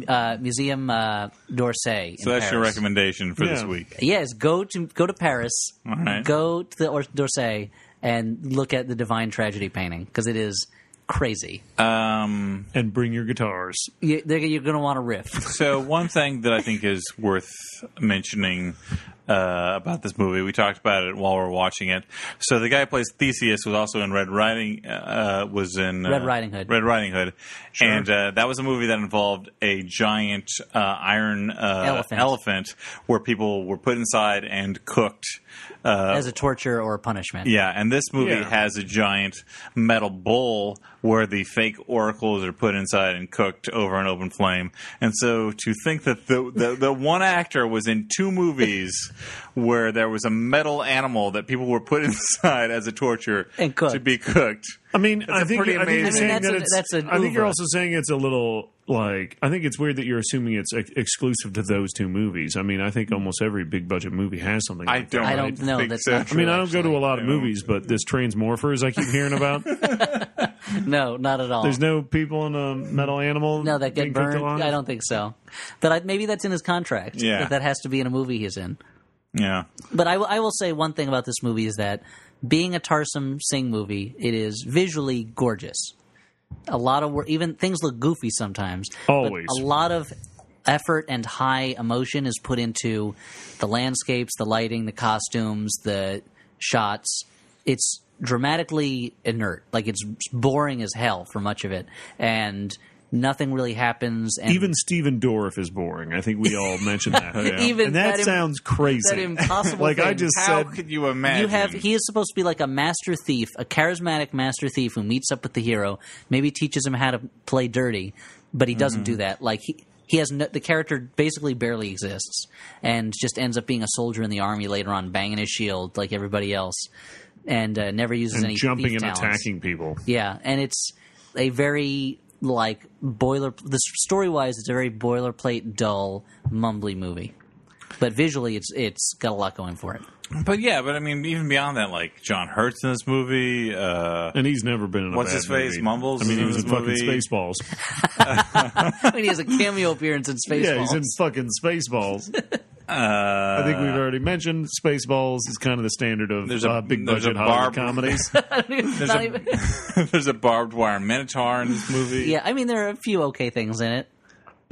S4: uh, museum uh, d'Orsay.
S2: so that's your recommendation for this
S3: Yeah.
S2: week.
S4: Yes, go to go to Paris,
S2: right.
S4: go to the or- d'Orsay, and look at the Divine Tragedy painting because it is crazy.
S2: Um,
S3: and bring your guitars.
S4: you, they're- you're going to want to riff.
S2: so one thing that I think is worth mentioning uh, about this movie, we talked about it while we were watching it. So the guy who plays Theseus was also in Red Riding, uh, was in uh,
S4: Red Riding Hood.
S2: Red Riding Hood, and uh, that was a movie that involved a giant uh, iron uh,
S4: Elephant.
S2: elephant where people were put inside and cooked. Uh,
S4: as a torture or a punishment.
S2: Yeah, and this movie
S3: Yeah.
S2: has a giant metal bowl where the fake oracles are put inside and cooked over an open flame. And so to think that the the, the one actor was in two movies where there was a metal animal that people were put inside as a torture
S4: And cooked.
S2: to be cooked.
S3: I mean, I think,
S2: pretty
S3: I think you're
S2: amazing-
S3: saying
S4: I mean, that's
S3: that
S4: a-
S3: it's.
S4: that's an
S3: I think
S4: oeuvre.
S3: you're also saying it's a little like. I think it's weird that you're assuming it's ex- exclusive to those two movies. I mean, I think almost every big budget movie has something.
S2: I
S3: like that.
S2: don't.
S4: I don't know,
S2: think
S4: that's
S2: so.
S4: not
S3: I
S4: true.
S3: mean, I don't go to a lot of movies, but this Transmorphers I keep hearing about.
S4: No, not at all.
S3: There's no people in a metal animal.
S4: no, that
S3: being
S4: get
S3: cooked
S4: burned.
S3: alive?
S4: I don't think so. But I, maybe that's in his contract.
S2: Yeah.
S4: that, that has to be in a movie he's in.
S2: Yeah,
S4: But I will- I will say one thing about this movie is that being a Tarsum Singh movie, it is visually gorgeous. A lot of wor- even things look goofy sometimes. but
S3: Always.
S4: a lot of effort and high emotion is put into the landscapes, the lighting, the costumes, the shots. It's dramatically inert. Like it's boring as hell for much of it, and nothing really happens. And
S3: Even Steven Dorff is boring. I think we all mentioned that.
S4: Even
S3: and that,
S4: that im-
S3: sounds crazy.
S4: that impossible
S3: like I
S4: thing.
S3: just
S2: How
S3: said,
S2: could you imagine?
S4: You have he is supposed to be like a master thief, a charismatic master thief who meets up with the hero, maybe teaches him how to play dirty, but he doesn't
S3: Mm-hmm.
S4: do that. Like he he has no, the character basically barely exists and just ends up being a soldier in the army later on, banging his shield like everybody else, and uh, never uses any
S3: and jumping and
S4: thief talents.
S3: attacking people.
S4: Yeah, and it's a very like boiler. The story wise, it's a very boilerplate, dull, mumbly movie. But visually, it's it's got a lot going for it.
S2: but yeah, but I mean, even beyond that, like John Hurt's in this movie. Uh,
S3: And he's never been in a
S2: What's
S3: bad
S2: his face?
S3: movie.
S2: Mumbles
S3: I mean,
S2: is
S3: he
S2: in
S3: was in
S2: this
S3: fucking
S2: movie.
S3: Spaceballs.
S4: I mean, he has a cameo appearance in Spaceballs.
S3: Yeah, he's in fucking Spaceballs.
S2: uh,
S3: I think we've already mentioned Spaceballs is kind of the standard of
S2: There's a-
S3: uh, big
S2: there's
S3: budget
S2: a barb-
S3: Hollywood comedies.
S4: Not
S2: a-
S4: even-
S2: there's a barbed wire minotaur in this movie.
S4: yeah, I mean, there are a few okay things in it,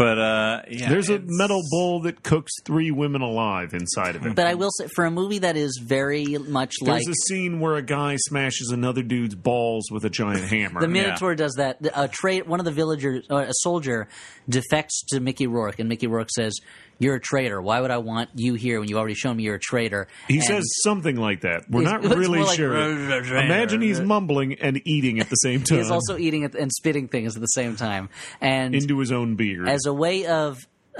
S2: But uh, yeah,
S3: There's a
S2: it's-
S3: metal bowl that cooks three women alive inside of it.
S4: but I will say, for a movie that is very much
S3: There's
S4: like
S3: a scene where a guy smashes another dude's balls with a giant hammer.
S4: the Minotaur does that. A trade, one of the villagers, uh, a soldier, defects to Mickey Rourke, and Mickey Rourke says, "You're a traitor. Why would I want you here when you've already shown me you're a traitor?"
S3: he
S4: And-
S3: says something like that. We're
S4: It's-
S3: not
S4: it's
S3: really
S4: more like-
S3: sure. Imagine he's mumbling and eating at the same time
S4: He is also eating it and spitting things at the same time, and
S3: into his own beard.
S4: as a way of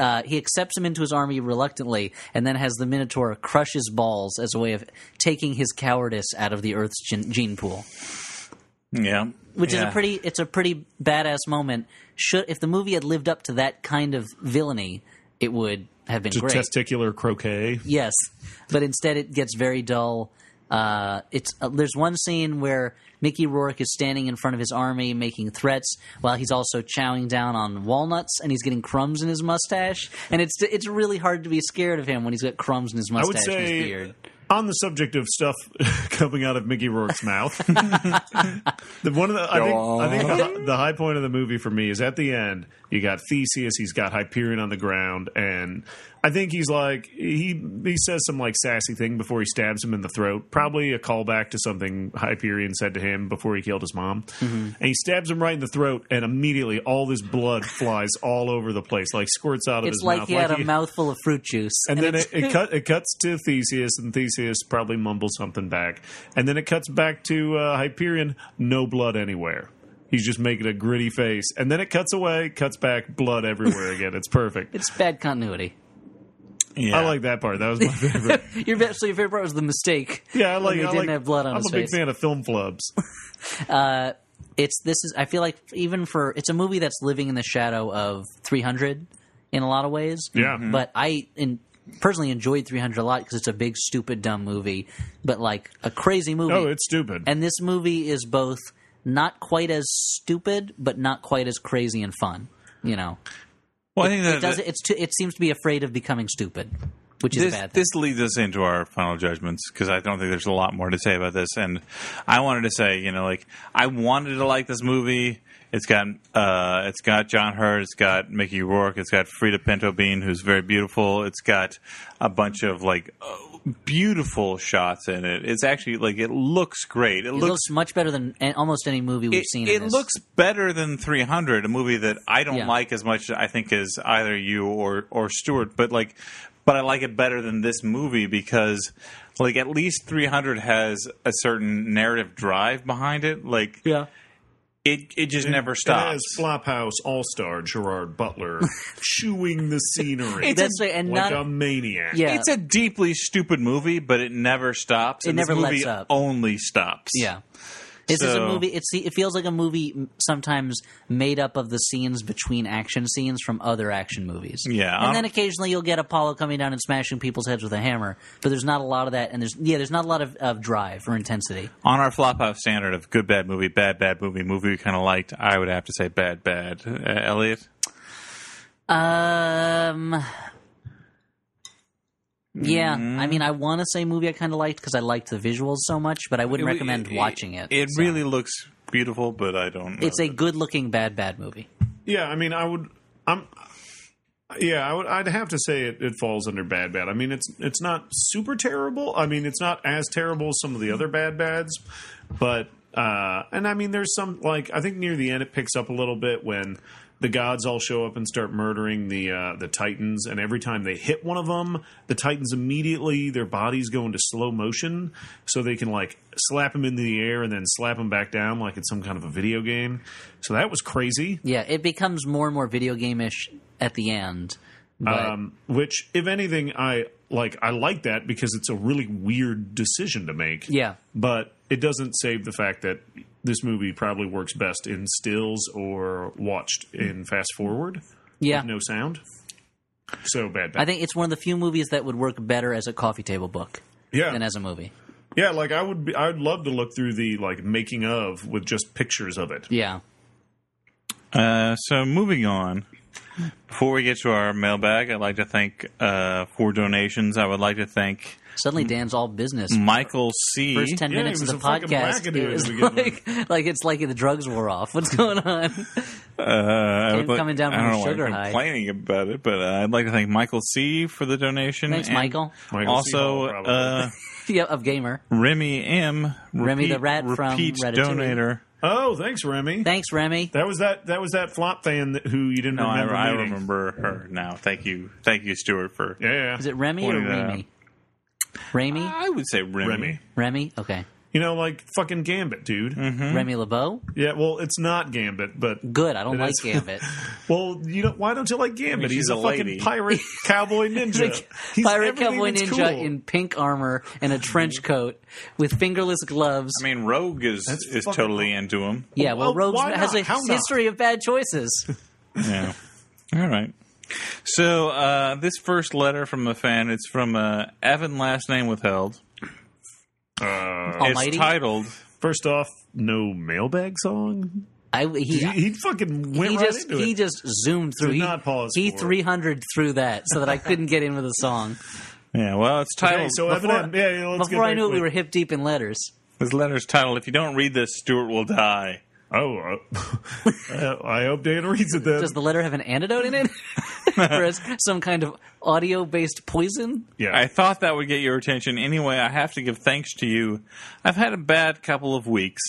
S4: uh, he accepts him into his army reluctantly and then has the minotaur crush his balls as a way of taking his cowardice out of the earth's gen- gene pool
S2: yeah,
S4: which is
S2: Yeah.
S4: a pretty it's a pretty badass moment should if the movie had lived up to that kind of villainy it would have been
S3: to
S4: great
S3: testicular croquet.
S4: yes but instead it gets very dull uh, it's uh, there's one scene where Mickey Rourke is standing in front of his army making threats while he's also chowing down on walnuts and he's getting crumbs in his mustache and it's it's really hard to be scared of him when he's got crumbs in his
S3: I would
S4: mustache and his
S3: say,
S4: beard.
S3: on the subject of stuff coming out of Mickey Rourke's mouth, the one of the I
S2: Go
S3: think, I
S2: on.
S3: think the, the high point of the movie for me is at the end. You got Theseus, he's got Hyperion on the ground, and I think he's like he he says some like sassy thing before he stabs him in the throat. Probably a callback to something Hyperion said to him before he killed his mom,
S4: Mm-hmm.
S3: and he stabs him right in the throat, and immediately all this blood flies all over the place, like squirts out of
S4: It's
S3: his
S4: like
S3: mouth.
S4: he had
S3: like
S4: a mouthful of fruit juice
S3: and, then
S4: it's-
S3: it, it cut it cuts to Theseus, and Theseus probably mumbles something back, and then it cuts back to uh, Hyperion. No blood anywhere. He's just making a gritty face, and then it cuts away, cuts back, blood everywhere again. It's perfect.
S4: it's bad continuity.
S2: yeah.
S3: I like that part. That was my favorite.
S4: Your best, so your favorite part was the mistake.
S3: Yeah, I like.
S4: When he
S3: I
S4: didn't
S3: like-
S4: have blood on
S3: I'm
S4: his
S3: a big
S4: face.
S3: fan of film flubs.
S4: It's this is. I feel like even for it's a movie that's living in the shadow of 300 in a lot of ways.
S3: Yeah.
S2: Mm-hmm.
S3: Mhm.
S4: but I in, personally enjoyed 300 a lot because it's a big, stupid, dumb movie, but like a crazy movie.
S3: Oh, it's stupid.
S4: and this movie is both not quite as stupid, but not quite as crazy and fun. You know,
S2: Well, I think that,
S4: it does. It's too, it seems to be afraid of becoming stupid, which is
S2: this,
S4: a bad thing.
S2: this leads us into our final judgments because I don't think there's a lot more to say about this. And I wanted to say, you know, like I wanted to like this movie. It's got uh, it's got John Hurt, it's got Mickey Rourke, it's got Frida Pinto Bean, who's very beautiful. It's got a bunch of like uh, beautiful shots in it. It's actually like it looks great. It,
S4: it
S2: looks
S4: looks much better than a- almost any movie we've
S2: it,
S4: seen.
S2: it
S4: in this.
S2: looks better than 300, a movie that I don't
S4: Yeah.
S2: like as much. I think as either you or or Stuart, but like, but I like it better than this movie because like at least 300 has a certain narrative drive behind it. Like,
S4: yeah.
S2: it it just never
S3: That
S2: stops.
S3: is Flophouse All Star Gerard Butler chewing the scenery
S4: That's right, and
S3: like
S4: not-
S3: a maniac.
S4: Yeah.
S2: It's a deeply stupid movie, but it never stops.
S4: It
S2: and
S4: never
S2: this
S4: lets
S2: movie
S4: up.
S2: Only stops.
S4: Yeah. This is a
S2: So-
S4: movie. It's it feels like a movie m- sometimes made up of the scenes between action scenes from other action movies.
S2: Yeah,
S4: and
S2: I'm-
S4: then occasionally you'll get Apollo coming down and smashing people's heads with a hammer, but there's not a lot of that. And there's yeah, there's not a lot of, of drive or intensity.
S2: on our flophouse standard of good bad movie, bad bad movie, movie we kind of liked. I would have to say bad bad. Uh, Elliot.
S4: Um, Yeah,
S2: Mm-hmm.
S4: I mean, I want to say movie I kind of liked because I liked the visuals so much, but I wouldn't recommend watching it.
S2: It
S4: so.
S2: really looks beautiful, but I don't. know
S4: it's a
S2: that-
S4: good-looking bad bad movie.
S3: Yeah, I mean, I would. I'm. Yeah, I would. I'd have to say it, it falls under bad bad. I mean, it's it's not super terrible. I mean, it's not as terrible as some of the other bad bads, but uh, and I mean, there's some like I think near the end it picks up a little bit when the gods all show up and start murdering the uh, the titans, and every time they hit one of them, the titans immediately their bodies go into slow motion, so they can like slap them into the air and then slap them back down like it's some kind of a video game. So that was crazy.
S4: Yeah, it becomes more and more video game-ish at the end. But
S3: um, which if anything i like i like that because it's a really weird decision to make
S4: yeah,
S3: but it doesn't save the fact that this movie probably works best in stills or watched in fast forward
S4: yeah,
S3: no sound so bad, bad.
S4: I think it's one of the few movies that would work better as a coffee table book
S3: yeah
S4: than as a movie.
S3: yeah like i would be i'd love to look through the like making of with just pictures of it
S4: Yeah,
S2: Uh, so moving on. Before we get to our mailbag, I'd like to thank uh, for donations. I would like to thank
S4: suddenly Dan's all business.
S2: Michael C.
S4: First ten
S3: Mm. Yeah, he
S4: minutes of
S3: was
S4: the
S3: a fucking
S4: podcast
S3: wackadoo at
S4: is
S3: the beginning.
S4: like, like it's like the drugs wore off. What's going on?
S2: Uh, I would like-
S4: coming down
S2: I
S4: from
S2: don't know
S4: the
S2: why I'm
S4: sugar high.
S2: complaining about it, but uh, I'd like to thank Michael C. for the donation.
S4: Thanks,
S2: and
S4: Michael.
S3: Michael C.
S2: Also,
S3: Hall, probably.
S2: uh,
S4: yeah, of gamer.
S2: Remy M.
S4: Remy the
S2: repeat-
S4: rat from
S2: repeat
S4: Ratatouille.
S2: donator.
S3: oh thanks remy
S4: Thanks, Remy.
S3: that was that that was that flop fan that, who you didn't
S2: No, I,
S3: remember
S2: I
S3: meeting.
S2: remember her now. Thank you, thank you, Stuart, for.
S3: yeah, yeah.
S4: Is it Remy or
S2: Pointed that
S4: Remy? Remy?
S2: I would say Remy.
S3: Remy.
S4: Remy? Okay.
S3: you know like fucking gambit dude
S2: Mm-hmm.
S4: Remy LeBeau?
S3: Yeah, well, it's not Gambit, but
S4: Good. I don't like
S3: That's-
S4: Gambit.
S3: well, you know why don't you like Gambit?
S2: She's
S3: He's
S2: a
S3: a, fucking
S2: lady.
S3: pirate cowboy ninja.
S4: Like,
S3: He's
S4: Pirate
S3: everything
S4: Cowboy
S3: that's
S4: Ninja
S3: cool. Mm-hmm.
S4: in pink armor and a trench coat with fingerless gloves.
S2: I mean, Rogue is is
S3: fucking
S2: totally into him.
S4: yeah, well,
S3: well,
S4: Rogues
S3: why
S4: has a
S3: not? How not?
S4: history of bad choices.
S2: Yeah. All right. So uh, this first letter from a fan, it's from uh, Evan, last name withheld.
S4: Almighty.
S2: It's titled.
S3: First off, no mailbag song.
S4: I, he,
S3: He, he fucking went
S4: he
S3: right
S4: just
S3: into
S4: he
S3: it.
S4: just zoomed through.
S3: Did
S4: he
S3: not pause
S4: he
S3: for it.
S4: 300 through that so that I couldn't get in with a song.
S2: Yeah. Well, it's
S3: Okay,
S2: titled.
S3: so
S4: before-
S3: Eminem, yeah, yeah, let's
S4: Before
S3: get
S4: I knew it,
S3: back
S4: we
S3: to
S4: were hip deep in letters.
S2: this letter's titled. If you don't read this, Stuart will die.
S3: Oh, uh, I hope Dan reads it then.
S4: Does the letter have an antidote in it? or is some kind of audio based poison?
S3: yeah,
S2: I thought that would get your attention. Anyway, I have to give thanks to you. I've had a bad couple of weeks.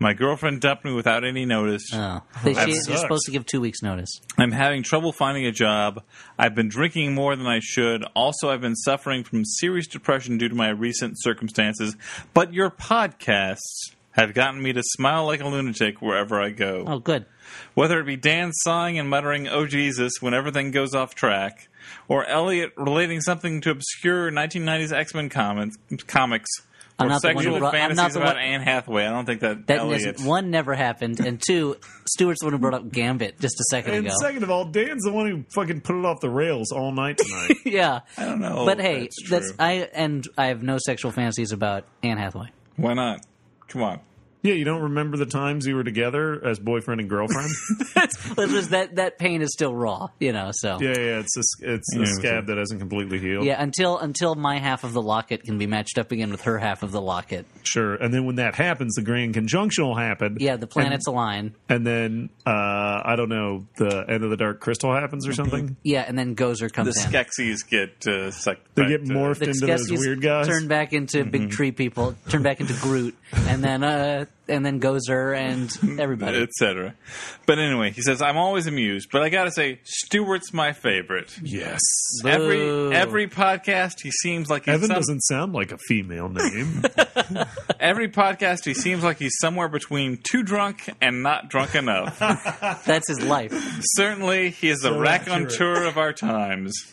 S2: My girlfriend dumped me without any notice.
S4: Oh, they,
S3: That
S4: she, you're
S3: sucks.
S4: supposed to give two weeks' notice.
S2: I'm having trouble finding a job. I've been drinking more than I should. Also, I've been suffering from serious depression due to my recent circumstances. But your podcasts have gotten me to smile like a lunatic wherever I go.
S4: Oh, good.
S2: Whether it be Dan sighing and muttering, oh Jesus, when everything goes off track, or Elliot relating something to obscure 1990s X Men comics, comics
S4: I'm
S2: or
S4: not the one who
S2: sexual
S4: brought- I'm not
S2: fantasies
S4: the
S2: about
S4: one-
S2: Anne Hathaway. I don't think that,
S4: That
S2: Elliot.
S4: is, one never happened, and two, Stewart's the one who brought up Gambit just a second
S3: and
S4: ago.
S3: second of all, Dan's the one who fucking put it off the rails all night tonight.
S4: yeah,
S2: I
S3: Oh,
S2: don't know.
S4: but
S2: if
S4: hey,
S2: that's,
S4: that's,
S2: true.
S4: I and I have no sexual fantasies about Anne Hathaway.
S2: why not? Come on.
S3: yeah, you don't remember the times you were together as boyfriend and girlfriend?
S4: It was that that pain is still raw, you know. So
S3: yeah, yeah, it's a, it's
S2: Yeah,
S3: a
S2: it was
S3: scab that hasn't completely healed.
S4: Yeah, until until my half of the locket can be matched up again with her half of the locket.
S3: Sure. And then when that happens, the grand conjunction will happen.
S4: Yeah, the planets align.
S3: And then uh, I don't know, the end of the dark crystal happens
S4: Mm-hmm.
S3: or something.
S4: Yeah, and then Gozer
S2: The
S4: comes in.
S2: Skeksis get uh, sucked.
S3: They
S2: back
S3: get
S2: to-
S3: morphed
S4: The
S3: into those
S4: Skeksis
S3: weird guys. Mm-hmm.
S4: turn back into big tree people, turn back into Groot, and then uh, and then Gozer and everybody.
S2: etc. But anyway, he says, "I'm always amused, but I gotta say, Stewart's my favorite.
S3: yes.
S4: Boo.
S2: Every every podcast, he seems like he's
S3: Evan
S2: some-
S3: doesn't sound like a female name.
S2: Every podcast, he seems like he's somewhere between too drunk and not drunk enough.
S4: That's his life.
S2: Certainly, he is the
S3: accurate.
S2: raconteur of our times.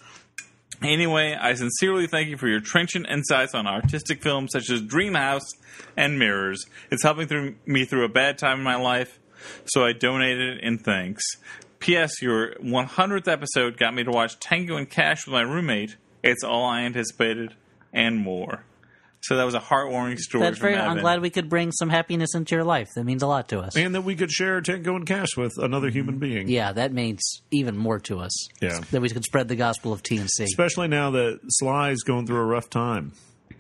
S2: Anyway, I sincerely thank you for your trenchant insights on artistic films such as Dreamhouse and Mirrors. It's helping through me through a bad time in my life, so I donated in thanks. P.S. Your 100th episode got me to watch Tango and Cash with my roommate. It's all I anticipated and more. So that was a heartwarming story.
S4: That's
S2: from
S4: very. I'm
S2: Evan.
S4: glad we could bring some happiness into your life. That means a lot to us.
S3: and that we could share Tango and Cash with another human being.
S4: Mm-hmm. yeah, that means even more to us.
S3: Yeah.
S4: that we could spread the gospel of TNC.
S3: Especially now that Sly's going through a rough time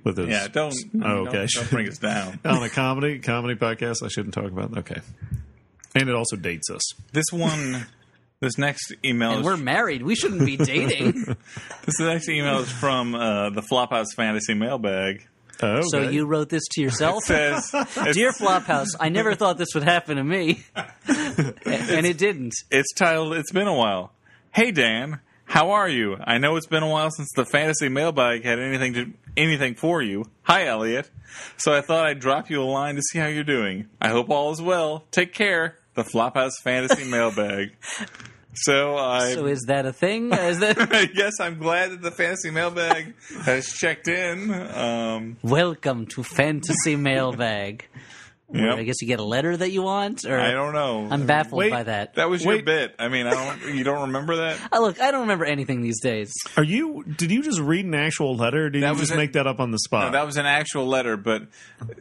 S3: with his.
S2: Yeah, don't,
S3: Oh, okay.
S2: don't, don't bring us down.
S3: on a comedy comedy podcast. I shouldn't talk about. Okay, and it also dates us.
S2: This one, this next email
S4: and
S2: is
S4: we're married. We shouldn't be dating.
S2: This next email is from uh, the Flophouse Fantasy Mailbag.
S3: Okay.
S4: so you wrote this to yourself.
S2: It says, it's,
S4: Dear Flophouse, I never thought this would happen to me, and it didn't.
S2: it's titled "It's Been a While." Hey Dan, how are you? I know it's been a while since the Fantasy Mailbag had anything to anything for you. Hi Elliot. So I thought I'd drop you a line to see how you're doing. I hope all is well. Take care. The Flophouse Fantasy Mailbag. So I
S4: So is that a thing? Is that
S2: yes, I'm glad that the Fantasy Mailbag has checked in. Um,
S4: welcome to Fantasy Mailbag? Where
S2: yep.
S4: I guess you get a letter that you want, or
S2: I don't know.
S4: I'm baffled
S3: Wait,
S4: by that.
S2: That was your
S3: Wait.
S2: bit. I mean, I don't. You don't remember that?
S4: Uh, look, I don't remember anything these days.
S3: are you? Did you just read an actual letter? Or did
S2: That
S3: you
S2: was
S3: just
S2: a-
S3: make that up on the
S2: No,
S3: spot?
S2: that was an actual letter, but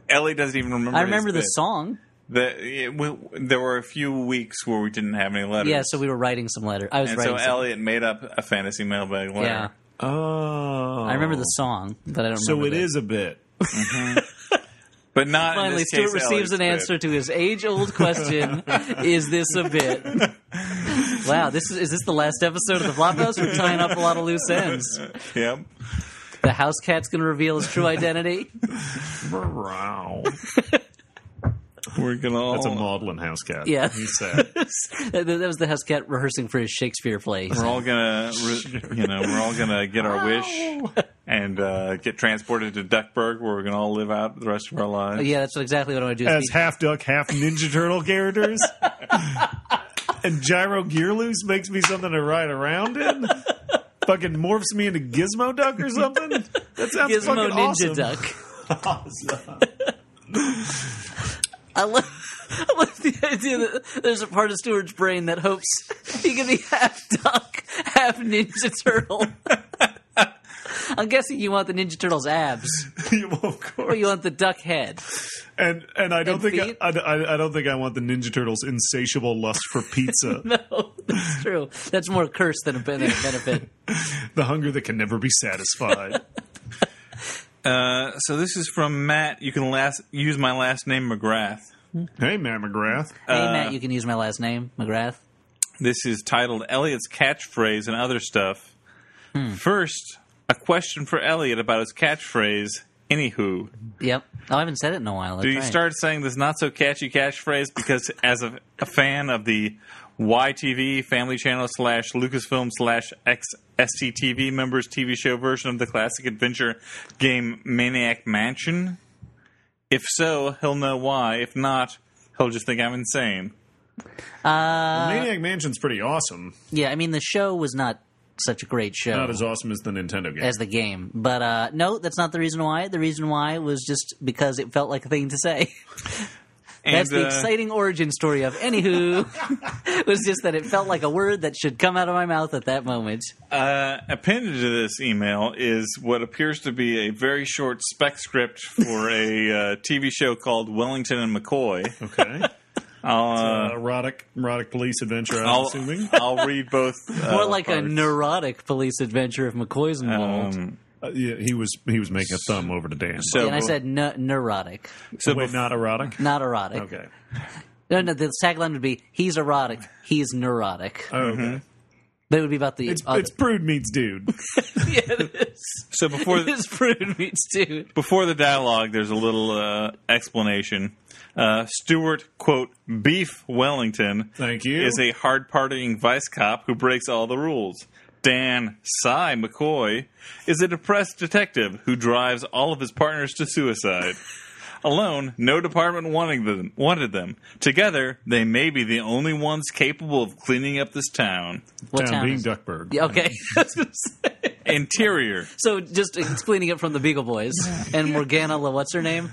S2: Ellie doesn't even remember.
S4: I remember the
S2: his
S4: song.
S2: bit. The- it- we- there were a few weeks where we didn't have any letters.
S4: Yeah, so we were writing some letter. I was
S2: and so
S4: writing. some-
S2: Elliot made up a fantasy mailbag letter.
S4: yeah,
S3: oh,
S4: I remember the song, but I don't.
S3: So
S4: remember
S3: it
S4: the-
S3: is a bit.
S2: but not in
S4: Finally,
S2: this
S4: Stuart
S2: case,
S4: receives
S2: Elliot's
S4: an
S2: bit.
S4: answer to his age-old question: Is this a bit? wow, this is, is this the last episode of the Flophouse? We're tying up a lot of loose ends.
S2: Yep.
S4: The house cat's going to reveal his true identity.
S3: Wow.
S2: We're gonna. All,
S3: That's a maudlin house cat.
S4: Oh. Yeah.
S3: he's sad.
S4: that that was the house cat rehearsing for his Shakespeare play.
S2: We're all gonna, re- you know, we're all gonna get our wish and uh, get transported to Duckburg, where we're gonna all live out the rest of our lives.
S4: Yeah, that's what, exactly what I want to do.
S3: As
S4: Speak-
S3: half duck, half Ninja Turtle characters. and Gyro Gear Loose makes me something to ride around in. Fucking morphs me into Gizmo Duck or something. That sounds
S4: Gizmo
S3: fucking
S4: Ninja
S3: awesome.
S4: Duck. I love, I love the idea that there's a part of Stewart's brain that hopes he can be half duck, half Ninja Turtle. I'm guessing you want the Ninja Turtle's abs,
S3: of
S4: or
S3: course.
S4: you want the duck head.
S3: And and I don't
S4: And
S3: think
S4: feet.
S3: I, I, I don't think I want the Ninja Turtles' insatiable lust for pizza,
S4: No, Oh, that's true. That's more a curse than a ben- than a benefit.
S3: the hunger that can never be satisfied.
S2: Uh, so this is from Matt. You can last use my last name McGrath.
S3: hey, Matt McGrath.
S4: hey, Matt, you can use my last name, McGrath.
S2: This is titled Elliot's Catchphrase and Other Stuff. First, a question for Elliot about his catchphrase, anywho.
S4: Yep. Oh, I haven't said it in a while.
S2: Do
S4: That's
S2: you
S4: right.
S2: start saying this not so catchy catchphrase because, as a, a fan of the YTV Family Channel slash Lucasfilm slash XSCTV members TV show version of the classic adventure game Maniac Mansion? If so, he'll know why. If not, he'll just think I'm insane.
S4: Uh,
S3: Maniac Mansion's pretty awesome.
S4: Yeah, I mean the show was not such a great show
S3: Not as awesome as the Nintendo game.
S4: as the game, but uh, no, that's not the reason why. The reason why was just because it felt like a thing to say.
S2: And,
S4: That's the
S2: uh,
S4: exciting origin story of anywho. was just that it felt like a word that should come out of my mouth at that moment.
S2: Uh, appended to this email is what appears to be a very short spec script for a uh, TV show called Wellington and McCoy.
S3: okay.
S2: I'll, uh,
S3: Uh, erotic, erotic police adventure. I'm
S2: I'll,
S3: assuming.
S2: I'll read both. Uh,
S4: More like a
S2: parts.
S4: neurotic police adventure if McCoy's involved.
S2: Um,
S3: Uh, yeah, he was he was making a thumb over to Dan.
S2: so,
S4: and I said ne- neurotic,
S2: so
S3: Wait,
S2: bef-
S3: not erotic.
S4: not erotic.
S3: Okay.
S4: No, no, the tagline would be he's erotic, he's neurotic.
S3: Oh,
S2: Mm-hmm.
S3: okay.
S4: That would be about the
S3: It's
S4: other.
S3: it's prude meets dude.
S4: yeah, it is.
S2: so before the,
S4: It's prude meets dude.
S2: before the dialogue, there's a little uh, explanation. Uh, Stewart quote Beef Wellington.
S3: Thank you.
S2: Is a hard partying vice cop who breaks all the rules. Dan Cy McCoy is a depressed detective who drives all of his partners to suicide. Alone, no department wanting them, wanted them. Together, they may be the only ones capable of cleaning up this town.
S4: What
S3: town,
S4: town
S3: being
S4: is-
S3: Duckburg.
S4: Yeah, okay. I was gonna say.
S2: Interior,
S4: so just explaining it from the Beagle Boys and Morgana, Le, what's her name?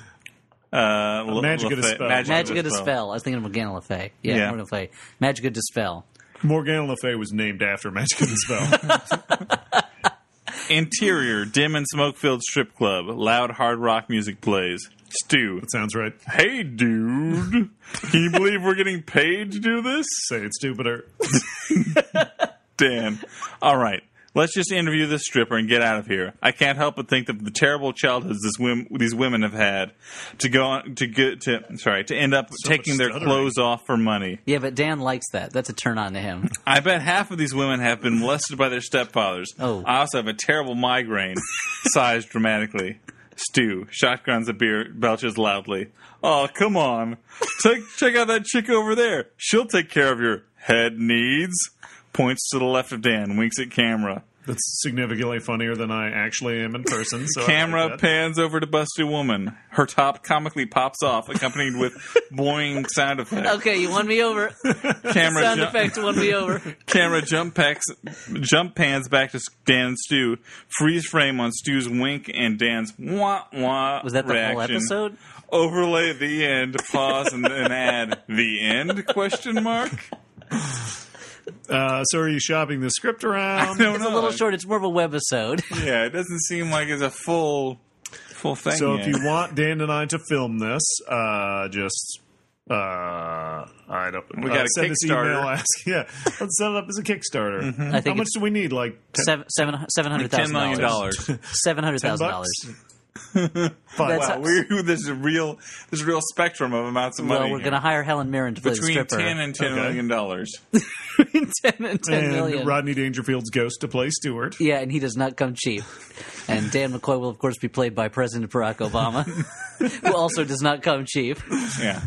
S2: uh, Le-
S3: Magic of
S2: Le-
S3: the Spell.
S2: of the
S4: Magica
S2: Spell.
S4: Dispel. I was thinking of Morgana Le Fay. Yeah,
S2: Yeah.
S4: Morgana Le Fay. Magica Dispel.
S3: Morgana Le Fay was named after Magic of the Spell.
S2: Interior, dim and smoke filled strip club. Loud hard rock music plays. Stu.
S3: Sounds right.
S2: Hey, dude. Can you believe we're getting paid to do this?
S3: Say it stupider.
S2: Dan. All right. Let's just interview this stripper and get out of here. I can't help but think of the terrible childhoods this wom- these women have had to go on, to get to sorry to end up
S3: much
S2: taking their
S3: stuttering.
S2: clothes off for money.
S4: Yeah, but Dan likes that. That's a turn on to him.
S2: I bet half of these women have been molested by their stepfathers.
S4: Oh.
S2: I also have a terrible migraine, sighs dramatically. Stew shotguns a beer, belches loudly. Oh, come on. Take, check out that chick over there. She'll take care of your head needs. Points to the left of Dan, winks at camera.
S3: That's significantly funnier than I actually am in person. So I like
S2: Camera
S3: that.
S2: pans over to busty woman. Her top comically pops off, accompanied with boing sound effects.
S4: Okay, you won me over.
S2: Camera
S4: Sound
S2: ju-
S4: effects won me over.
S2: Camera jump packs, jump pans back to Dan and Stu. Freeze frame on Stu's wink and Dan's wah wah.
S4: Was that the whole
S2: reaction.
S4: episode?
S2: Overlay the end. Pause and then add the end? Question mark.
S3: Uh, so are you shopping the script around?
S2: No,
S4: Um, It's
S2: no.
S4: a little short. It's more of a webisode.
S2: Yeah, it doesn't seem like it's a full, full thing.
S3: So
S2: yet.
S3: if you want Dan and I to film this, uh, just uh, I don't.
S2: We
S3: uh,
S2: got a
S3: send us
S2: Kickstarter. Mm-hmm.
S3: email. Ask yeah. Let's set it up as a Kickstarter.
S4: I
S3: How
S4: think
S3: much
S4: it's
S3: do we need? Like ten,
S4: seven seven seven hundred
S2: ten
S4: thousand
S2: million dollars.
S4: Seven hundred
S3: ten
S4: thousand
S3: bucks?
S4: dollars.
S3: Five.
S4: That's-
S2: wow, we're, there's a real, there's a real spectrum of amounts of money.
S4: Well, we're
S2: here.
S4: going to hire Helen Mirren to play
S2: between
S4: the stripper.
S2: ten and ten million
S3: Okay.
S2: dollars.
S4: Between ten and ten
S3: and
S4: million.
S3: Rodney Dangerfield's ghost to play Stewart.
S4: Yeah, and he does not come cheap. And Dan McCoy will, of course, be played by President Barack Obama, who also does not come cheap.
S2: Yeah.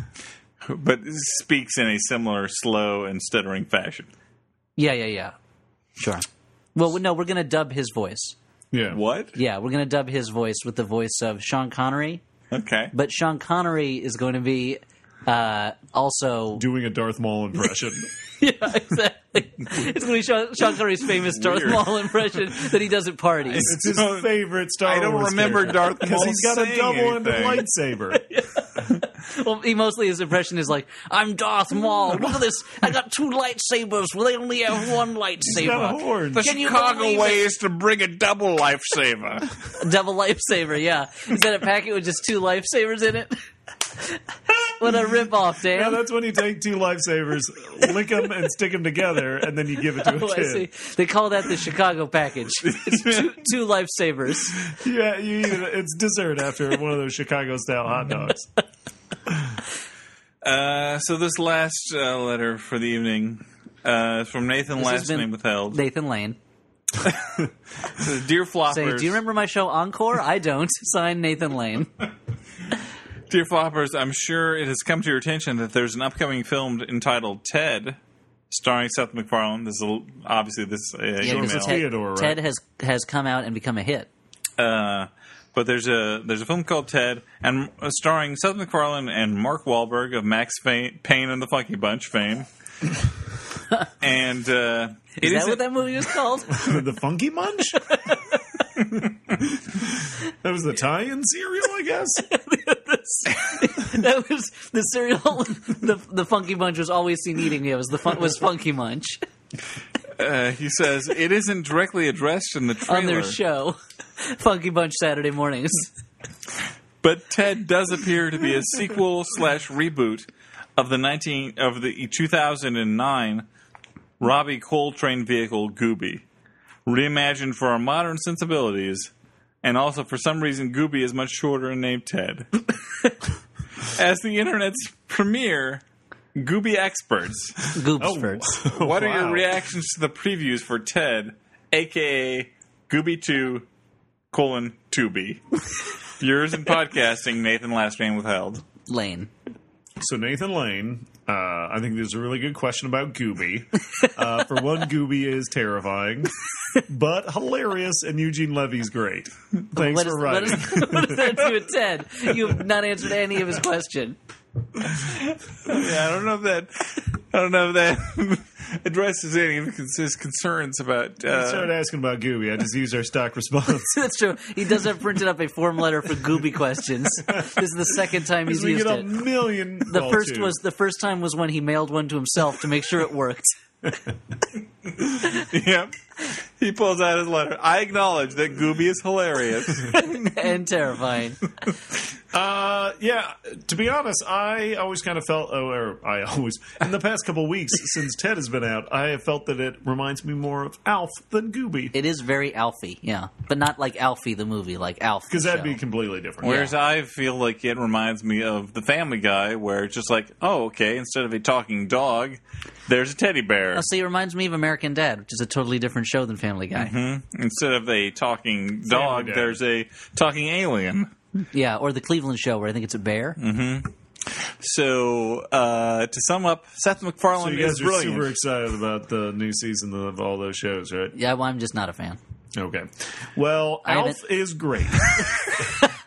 S2: But speaks in a similar slow and stuttering fashion.
S4: Yeah, yeah, yeah. Sure. Well, no, we're going to dub his voice.
S3: Yeah.
S2: What?
S4: Yeah, we're going to dub his voice with the voice of Sean Connery.
S2: Okay.
S4: But Sean Connery is going to be uh, also.
S3: Doing a Darth Maul impression.
S4: yeah, exactly. It's going to be Sean, Sean Connery's famous Darth
S2: Weird.
S4: Maul impression that he does at parties.
S3: it's his
S2: don't-
S3: favorite Star
S2: I don't
S3: Wars
S2: remember Darth
S3: because
S2: Maul
S3: he's got a
S2: saying
S3: double and a
S2: anything.
S3: lightsaber.
S4: Well, he mostly his impression is like, "I'm Darth Maul. Look at this. I got two lightsabers. Well, they only have one
S3: got a
S4: lightsaber.
S3: horn.
S2: The
S4: Can you
S2: Chicago
S4: believe
S2: way
S4: it?
S2: is to bring a double lifesaver.
S4: Double lifesaver. Yeah, is that a packet with just two lifesavers in it? what a ripoff,
S3: Yeah,
S4: Dan."
S3: that's when you take two lifesavers, lick them, and stick them together, and then you give it to a
S4: Oh, I see.
S3: kid.
S4: They call that the Chicago package. It's two, two lifesavers.
S3: Yeah, you eat it. It's dessert after one of those Chicago style hot dogs.
S2: uh, so this last uh, letter for the evening uh, is from Nathan
S4: This has
S2: last
S4: been-
S2: name withheld.
S4: Nathan Lane
S2: Says, Dear floppers,
S4: saying, "Do you remember my show Encore? I don't." Signed Nathan Lane.
S2: dear floppers, I'm sure it has come to your attention that there's an upcoming film entitled Ted, starring Seth MacFarlane. This is a l- obviously this uh, email.
S4: because Ted,
S3: Theodore, right?
S4: Ted has has come out and become a hit.
S2: Uh, but there's a there's a film called Ted, and uh, starring Seth MacFarlane and Mark Wahlberg of Max Fa- Payne and the Funky Bunch fame. and uh, it
S4: Is
S2: is
S4: that what that movie was called?
S3: the Funky Munch? that was the tie-in cereal, I guess.
S4: that was the cereal. The, the Funky Munch was always seen eating it. Was the fun, was Funky Munch
S2: uh, he says it isn't directly addressed in the trailer,
S4: on their show, Funky Bunch Saturday mornings.
S2: but Ted does appear to be a sequel slash reboot of the nineteen of the 2009 Robbie Coltrane vehicle Gooby, reimagined for our modern sensibilities, and also for some reason Gooby is much shorter and named Ted. As the internet's premiere Gooby experts,
S3: Oh.
S4: Goobsford.
S2: what are your
S3: Wow.
S2: reactions to the previews for Ted, aka Gooby Two colon two B? Yours in podcasting, Nathan last name withheld.
S4: Lane.
S3: So Nathan Lane, uh, I think there's a really good question about Gooby. Uh, for one, Gooby is terrifying, but hilarious, and Eugene Levy's great. Thanks
S4: What
S3: for
S4: is, what,
S3: writing.
S4: is, what is that to a Ted? You have not answered any of his question.
S2: Yeah, I don't know if that. I don't know if that addresses any of his concerns about.
S3: I started
S2: Uh,
S3: asking about Gooby. I just used our stock response.
S4: That's true. He does have printed up a form letter for Gooby questions. This is the second time he's
S3: we
S4: used
S3: get a
S4: it.
S3: million.
S4: The
S3: well,
S4: first
S3: two.
S4: was the first time was when he mailed one to himself to make sure it worked.
S2: yep. He pulls out his letter. I acknowledge that Gooby is hilarious.
S4: and terrifying.
S3: Uh, yeah. To be honest, I always kind of felt, oh, or I always, in the past couple weeks since Ted has been out, I have felt that it reminds me more of Alf than Gooby
S4: It is very Alfie, yeah, but not like Alfie the movie, like Alf.
S3: because
S4: the
S3: that'd be
S4: show.
S3: completely different.
S2: Whereas I feel like it reminds me of the Family Guy, where it's just like, oh, okay, instead of a talking dog, there's a teddy bear.
S4: Oh, see, it reminds me of American Dad, which is a totally different show than Family Guy.
S3: Mm-hmm.
S2: Instead of a talking dog,
S3: Guy.
S2: there's a talking alien.
S4: Yeah, or the Cleveland Show, where I think it's a bear.
S3: Mm-hmm.
S2: So uh, to sum up, Seth
S3: So
S2: MacFarlane
S3: you guys
S2: is
S3: are
S2: brilliant.
S3: super excited about the new season of all those shows, right?
S4: Yeah, well, I'm just not a fan.
S3: Okay. Well,
S4: I
S3: Alf
S4: haven't-
S3: is great.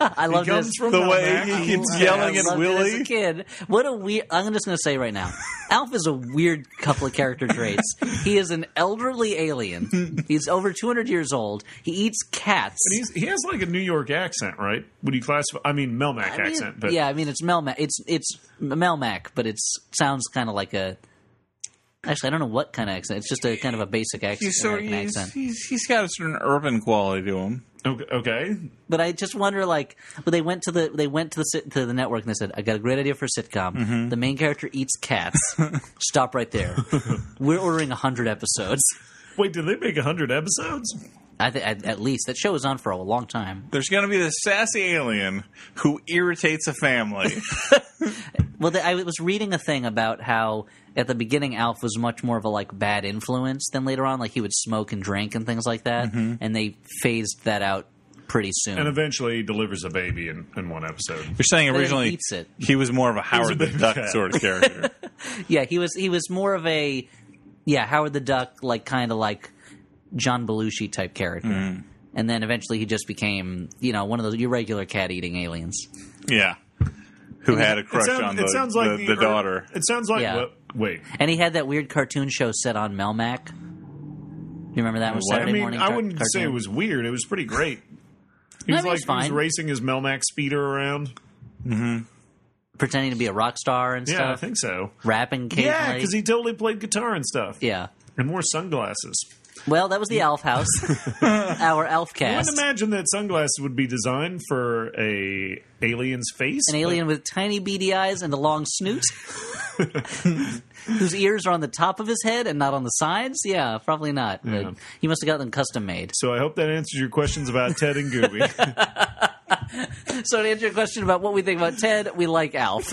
S4: I love
S3: comes
S4: this.
S3: from
S2: the
S3: Well,
S2: way
S3: Mac-
S2: he
S4: I
S2: keeps
S4: loved
S2: yelling
S4: it
S2: at
S4: as a
S2: Willie.
S4: kid. What a weird. I'm just going to say right now, Alf is a weird couple of character traits. He is an elderly alien. He's over 200 years old. He eats cats.
S3: He's, he has like a New York accent, right? Would you classify? I mean, Melmac
S4: I mean,
S3: accent, but
S4: yeah, I mean it's Melmac. It's it's Melmac, but it sounds kind of like a. Actually, I don't know what kind of accent. It's just a kind of a basic accent,
S2: He's, sort
S4: American
S2: he's,
S4: accent.
S2: he's, he's got a certain urban quality to him.
S3: okay. okay.
S4: But I just wonder, like, but they went to the they went to the sit- to the network and they said, "I got a great idea for a sitcom. The main character eats cats. Stop right there. We're ordering hundred episodes.
S3: Wait, did they make hundred episodes?
S4: I think at at least that show was on for a long time.
S2: There's going to be this sassy alien who irritates a family.
S4: Well, the, I was reading a thing about how at the beginning Alf was much more of a like bad influence than later on. Like he would smoke and drink and things like that, and they phased that out pretty soon.
S3: And eventually, he delivers a baby in, in one episode.
S2: You're saying
S4: then he
S2: originally
S4: eats it.
S2: he was more of a Howard the
S3: baby
S2: Duck
S3: cat.
S2: sort of character.
S4: yeah, he was he was more of a yeah Howard the Duck like kind of like John Belushi type character.
S3: Mm-hmm.
S4: And then eventually he just became, you know, one of those your regular cat eating aliens.
S2: yeah. Who had a
S3: It,
S2: crush
S3: sound-
S2: on
S3: it
S2: the,
S3: sounds like
S2: the, the
S3: ur-
S2: daughter.
S3: It sounds like
S4: Yeah.
S3: what? Wait,
S4: And he had that weird cartoon show set on Melmac. Do you remember that one
S2: What?
S4: Saturday
S3: I mean,
S4: morning?
S3: I
S4: car-
S3: wouldn't say it
S4: cartoon?
S3: was weird. It was pretty great. He was
S4: I mean, it
S3: like
S4: was
S3: he was
S4: fine.
S3: racing his Melmac speeder around.
S4: pretending to be a rock star and
S3: Yeah, I
S4: stuff,
S3: think so.
S4: rapping. Occasionally.
S3: Yeah, because he totally played guitar and stuff.
S4: yeah.
S3: and wore sunglasses.
S4: Well, that was the Alf House, our Alf
S3: I
S4: cast.
S3: wouldn't imagine that sunglasses would be designed for a alien's face.
S4: an alien with tiny beady eyes and a long snoot whose ears are on the top of his head and not on the sides yeah probably not But
S3: Yeah.
S4: he must have got them custom made
S3: So I hope that answers your questions about Ted and Gooby.
S4: so to answer your question about what we think about ted we like alf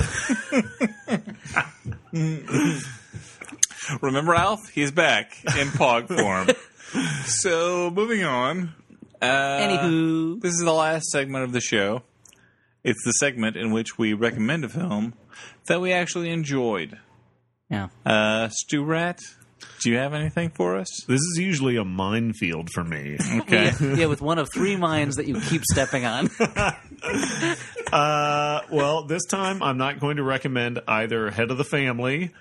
S2: Remember Alf? He's back in pog form. so moving on. Uh,
S4: anywho
S2: This is the last segment of the show. It's the segment in which we recommend a film that we actually enjoyed.
S4: yeah
S2: Uh, Stu Rat, do you have anything for us?
S3: this is usually a minefield for me.
S2: Okay.
S4: yeah with one of three minds that you keep stepping on
S3: Uh, well, this time I'm not going to recommend either Head of the Family,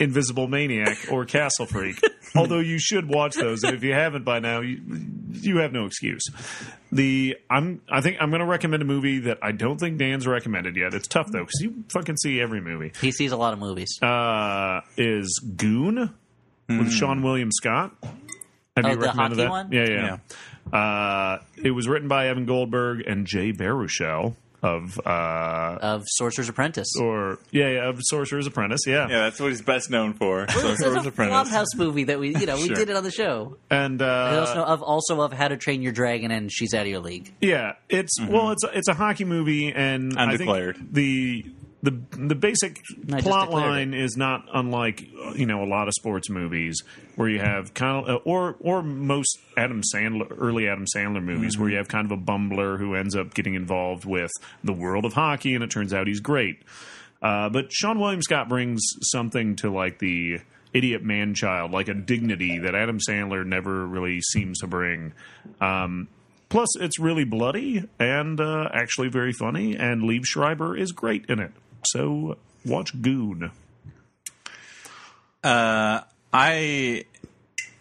S3: Invisible Maniac, or Castle Freak. Although you should watch those, and if you haven't by now, you, you have no excuse. The I'm I think I'm going to recommend a movie that I don't think Dan's recommended yet. It's tough though because you fucking see every movie.
S4: he sees a lot of movies
S3: uh, is Goon with Sean William Scott. Have
S4: Hmm. Oh,
S3: you
S4: the
S3: recommended
S4: hockey
S3: that?
S4: one?
S3: Yeah, yeah. Uh, it was written by Evan Goldberg and Jay Baruchel of uh,
S4: of sorcerer's apprentice
S3: or yeah, yeah, of Sorcerer's Apprentice. Yeah,
S2: Yeah, that's what he's best known for.
S4: It's
S2: Sorcerer's
S4: a
S2: Apprentice.
S4: Flophouse movie that we, you know, we
S2: Sure.
S4: did it on the show.
S3: and
S4: I also
S3: uh,
S4: know of also of How to Train Your Dragon and She's Out of Your League.
S3: yeah, it's well, it's a, it's a hockey movie, and I
S2: Undeclared.
S3: think the. The, the basic
S4: I just
S3: plot
S4: declared
S3: line is not unlike you know a lot of sports movies where you have kind of or or most Adam Sandler early Adam Sandler movies where you have kind of a bumbler who ends up getting involved with the world of hockey and it turns out he's great. Uh, but Sean William Scott brings something to like the idiot man child, like a dignity that Adam Sandler never really seems to bring. Um, plus, it's really bloody and uh, actually very funny, and Liev Schreiber is great in it. So watch Goon.
S2: Uh, I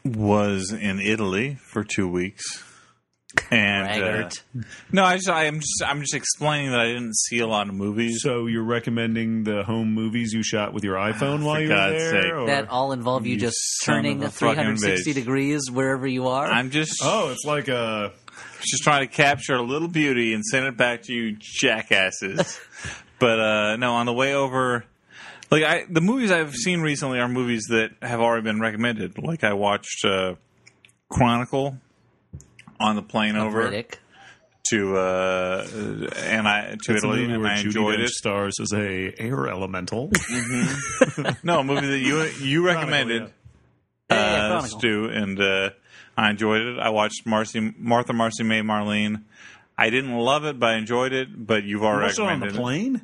S2: was in Italy for two weeks. And uh,
S4: Braggart.
S2: no, I just I am just I'm just explaining that I didn't see a lot of movies.
S3: So you're recommending the home movies you shot with your iPhone while you were
S2: God's
S3: there?
S2: sake.
S3: or-
S4: that all involve you,
S2: You
S4: just
S2: son
S4: turning
S2: of a fucking
S4: 360
S2: bitch.
S4: degrees wherever you are.
S2: I'm just
S3: oh, it's like a
S2: just trying to capture a little beauty and send it back to you jackasses. but uh, no, on the way over, like I, the movies I've seen recently are movies that have already been recommended. Like I watched uh, Chronicle on the plane over
S4: Riddick.
S2: to uh, and I to
S3: it's a
S2: Italy,
S3: movie
S2: and
S3: where
S2: I
S3: Judi
S2: enjoyed
S3: Dench
S2: it.
S3: stars as a air elemental.
S2: No, a movie that you you recommended.
S4: Yeah, yeah, yeah,
S2: uh,
S4: Chronicle.
S2: Stu, and uh, I enjoyed it. I watched Marcy, Martha, Marcy May, Marlene. I didn't love it, but I enjoyed it. But you've already
S3: Also on the
S2: recommended it.
S3: plane.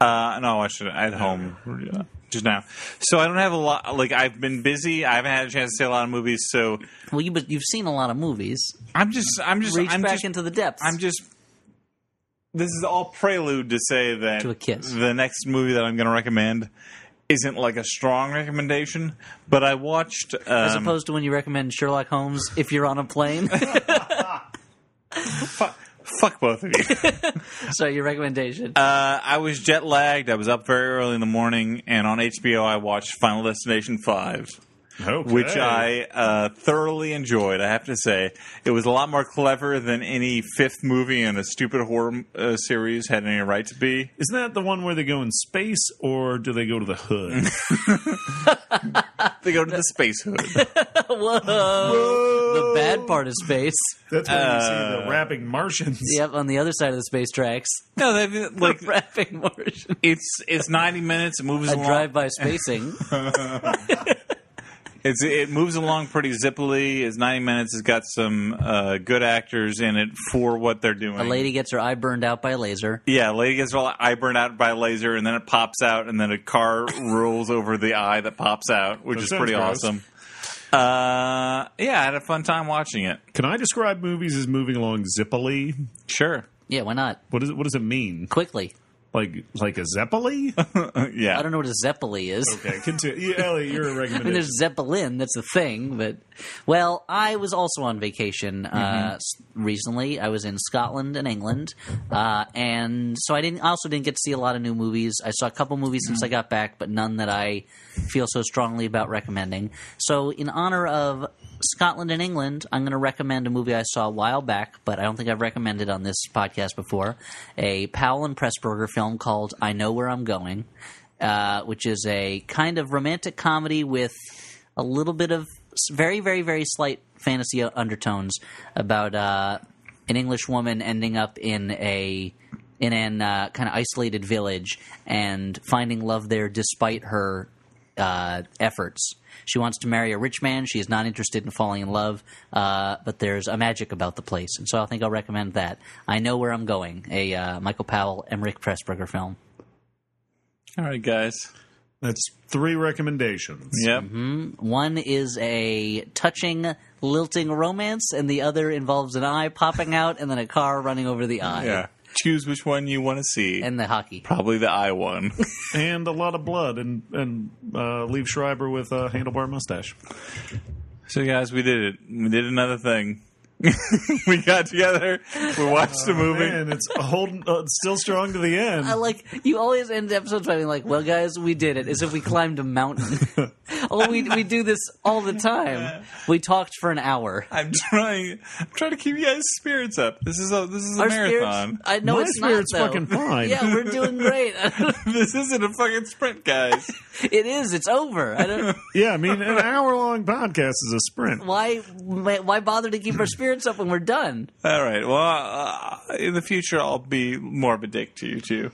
S2: Uh, no, I watched it at home just now. So I don't have a lot. Like I've been busy. I haven't had a chance to see a lot of movies. So
S4: Well, you, but you've seen a lot of movies.
S2: I'm just, I'm just,
S4: Reach
S2: I'm
S4: back
S2: just,
S4: into the depths.
S2: I'm just. This is all prelude to say that
S4: To a kiss.
S2: the next movie that I'm going to recommend isn't like a strong recommendation, but I watched. Um,
S4: As opposed to when you recommend Sherlock Holmes if you're on a plane.
S2: fuck both of you.
S4: so your recommendation.
S2: Uh, I was jet lagged. I was up very early in the morning, and on HBO, I watched Final Destination 5,
S3: Okay.
S2: which I uh, thoroughly enjoyed, I have to say. It was a lot more clever than any fifth movie in a stupid horror uh, series had any right to be.
S3: Isn't that the one where they go in space, or do they go to the hood?
S2: They go to the space hood.
S4: Whoa. The bad part of space.
S3: That's where you
S2: Uh,
S3: see the rapping Martians.
S4: Yep, on the other side of the space tracks.
S2: no, they like
S4: Rapping Martian.
S2: it's it's 90 minutes. It moves
S4: A
S2: along.
S4: drive-by spacing.
S2: It's it moves along pretty zippily. It's 90 minutes. It's got some uh, good actors in it for what they're doing.
S4: a lady gets her eye burned out by a laser.
S2: Yeah, lady gets her eye burned out by a laser, and then it pops out, and then a car rolls over the eye that pops out, which
S3: That
S2: is
S3: sounds
S2: pretty
S3: gross.
S2: awesome. Uh, yeah, I had a fun time watching it.
S3: Can I describe movies as moving along zippily?
S2: Sure.
S4: Yeah, why not?
S3: What does it, what does it mean?
S4: Quickly.
S3: Like like a zeppeli?
S2: yeah.
S4: I don't know what a Zeppeli is.
S3: okay, continue. Yeah, Ellie, you're a
S4: I mean,
S3: recommendation.
S4: there's Zeppelin. That's a thing, but well, I was also on vacation uh, s recently. I was in Scotland and England, uh, and so I didn't. I also didn't get to see a lot of new movies. I saw a couple movies since I got back, but none that I feel so strongly about recommending. So, in honor of Scotland and England, I'm going to recommend a movie I saw a while back, but I don't think I've recommended on this podcast before. A Powell and Pressburger film called "I Know Where I'm Going." uh, which is a kind of romantic comedy with a little bit of s- very, very, very slight fantasy o- undertones about uh, an English woman ending up in a in an uh, kind of isolated village and finding love there despite her uh, efforts. She wants to marry a rich man. She is not interested in falling in love, uh, but there's a magic about the place, and so I think I'll recommend that. I know where I'm going. A uh, Michael Powell and Rick Pressburger film.
S2: All right, guys.
S3: That's three recommendations.
S2: Yep.
S4: One is a touching, lilting romance, and the other involves an eye popping out and then a car running over the eye.
S2: Yeah. Choose which one you want to see.
S4: And the hockey.
S2: Probably the eye one.
S3: And a lot of blood and and uh, leave Schreiber with a handlebar mustache.
S2: so, guys, we did it. We did another thing. we got together. We watched the movie.
S3: Man, it's holding uh, still strong to the end.
S4: I like you always end episodes by being like, "Well, guys, we did it," as if we climbed a mountain. oh, we we do this all the time. We talked for an hour.
S2: I'm trying. I'm trying to keep you guys' spirits up. This is a this is a
S4: Our
S2: marathon.
S4: spirits. I know
S3: My
S4: it's
S3: spirit's
S4: not, though.
S3: fucking fine.
S4: yeah, we're doing great.
S2: this isn't a fucking sprint, guys.
S4: it is. It's over. I don't.
S3: yeah, I mean, an hour long podcast is a sprint.
S4: Why? Why bother to keep our spirits up when we're done?
S2: All right. Well, uh, in the future, I'll be more of a dick to you too.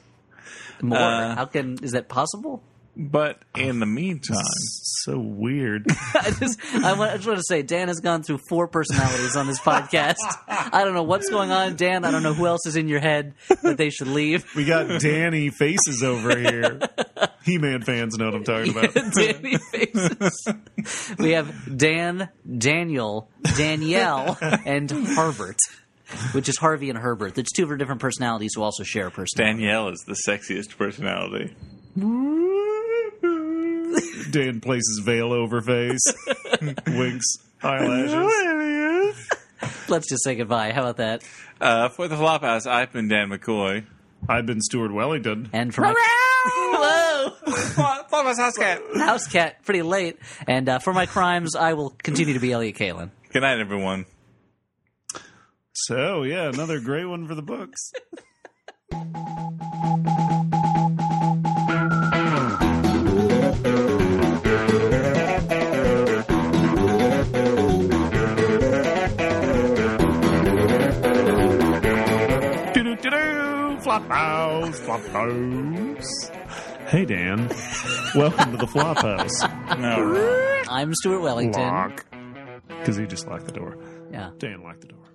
S4: More.
S2: Uh.
S4: How can is that possible?
S2: But in the meantime,
S3: So weird.
S4: I just, I, want, I just want to say, Dan has gone through four personalities on this podcast. I don't know what's going on, Dan. I don't know who else is in your head that they should leave.
S3: We got Danny faces over here. He Man fans know what I'm talking about.
S4: Danny faces. We have Dan, Daniel, Danielle, and Herbert, which is Harvey and Herbert. It's two different personalities who also share a personality.
S2: Danielle is the sexiest personality.
S3: Dan places veil over face, winks, eyelashes.
S4: Let's just say goodbye. How about that?
S2: Uh, for the Flop House, I've been Dan McCoy.
S3: I've been Stuart Wellington.
S4: And for my hello
S2: Flop House House Cat.
S4: house cat, pretty late. And uh, for my crimes, I will continue to be Elliot Kalin.
S2: Good night, everyone.
S3: So yeah, another great one for the books. Doo-doo-doo-doo, Flophouse, Flophouse. Hey Dan, welcome to the Flophouse.
S2: No.
S4: I'm Stuart Wellington.
S3: Lock, because he just locked the door.
S4: Yeah.
S3: Dan locked the door.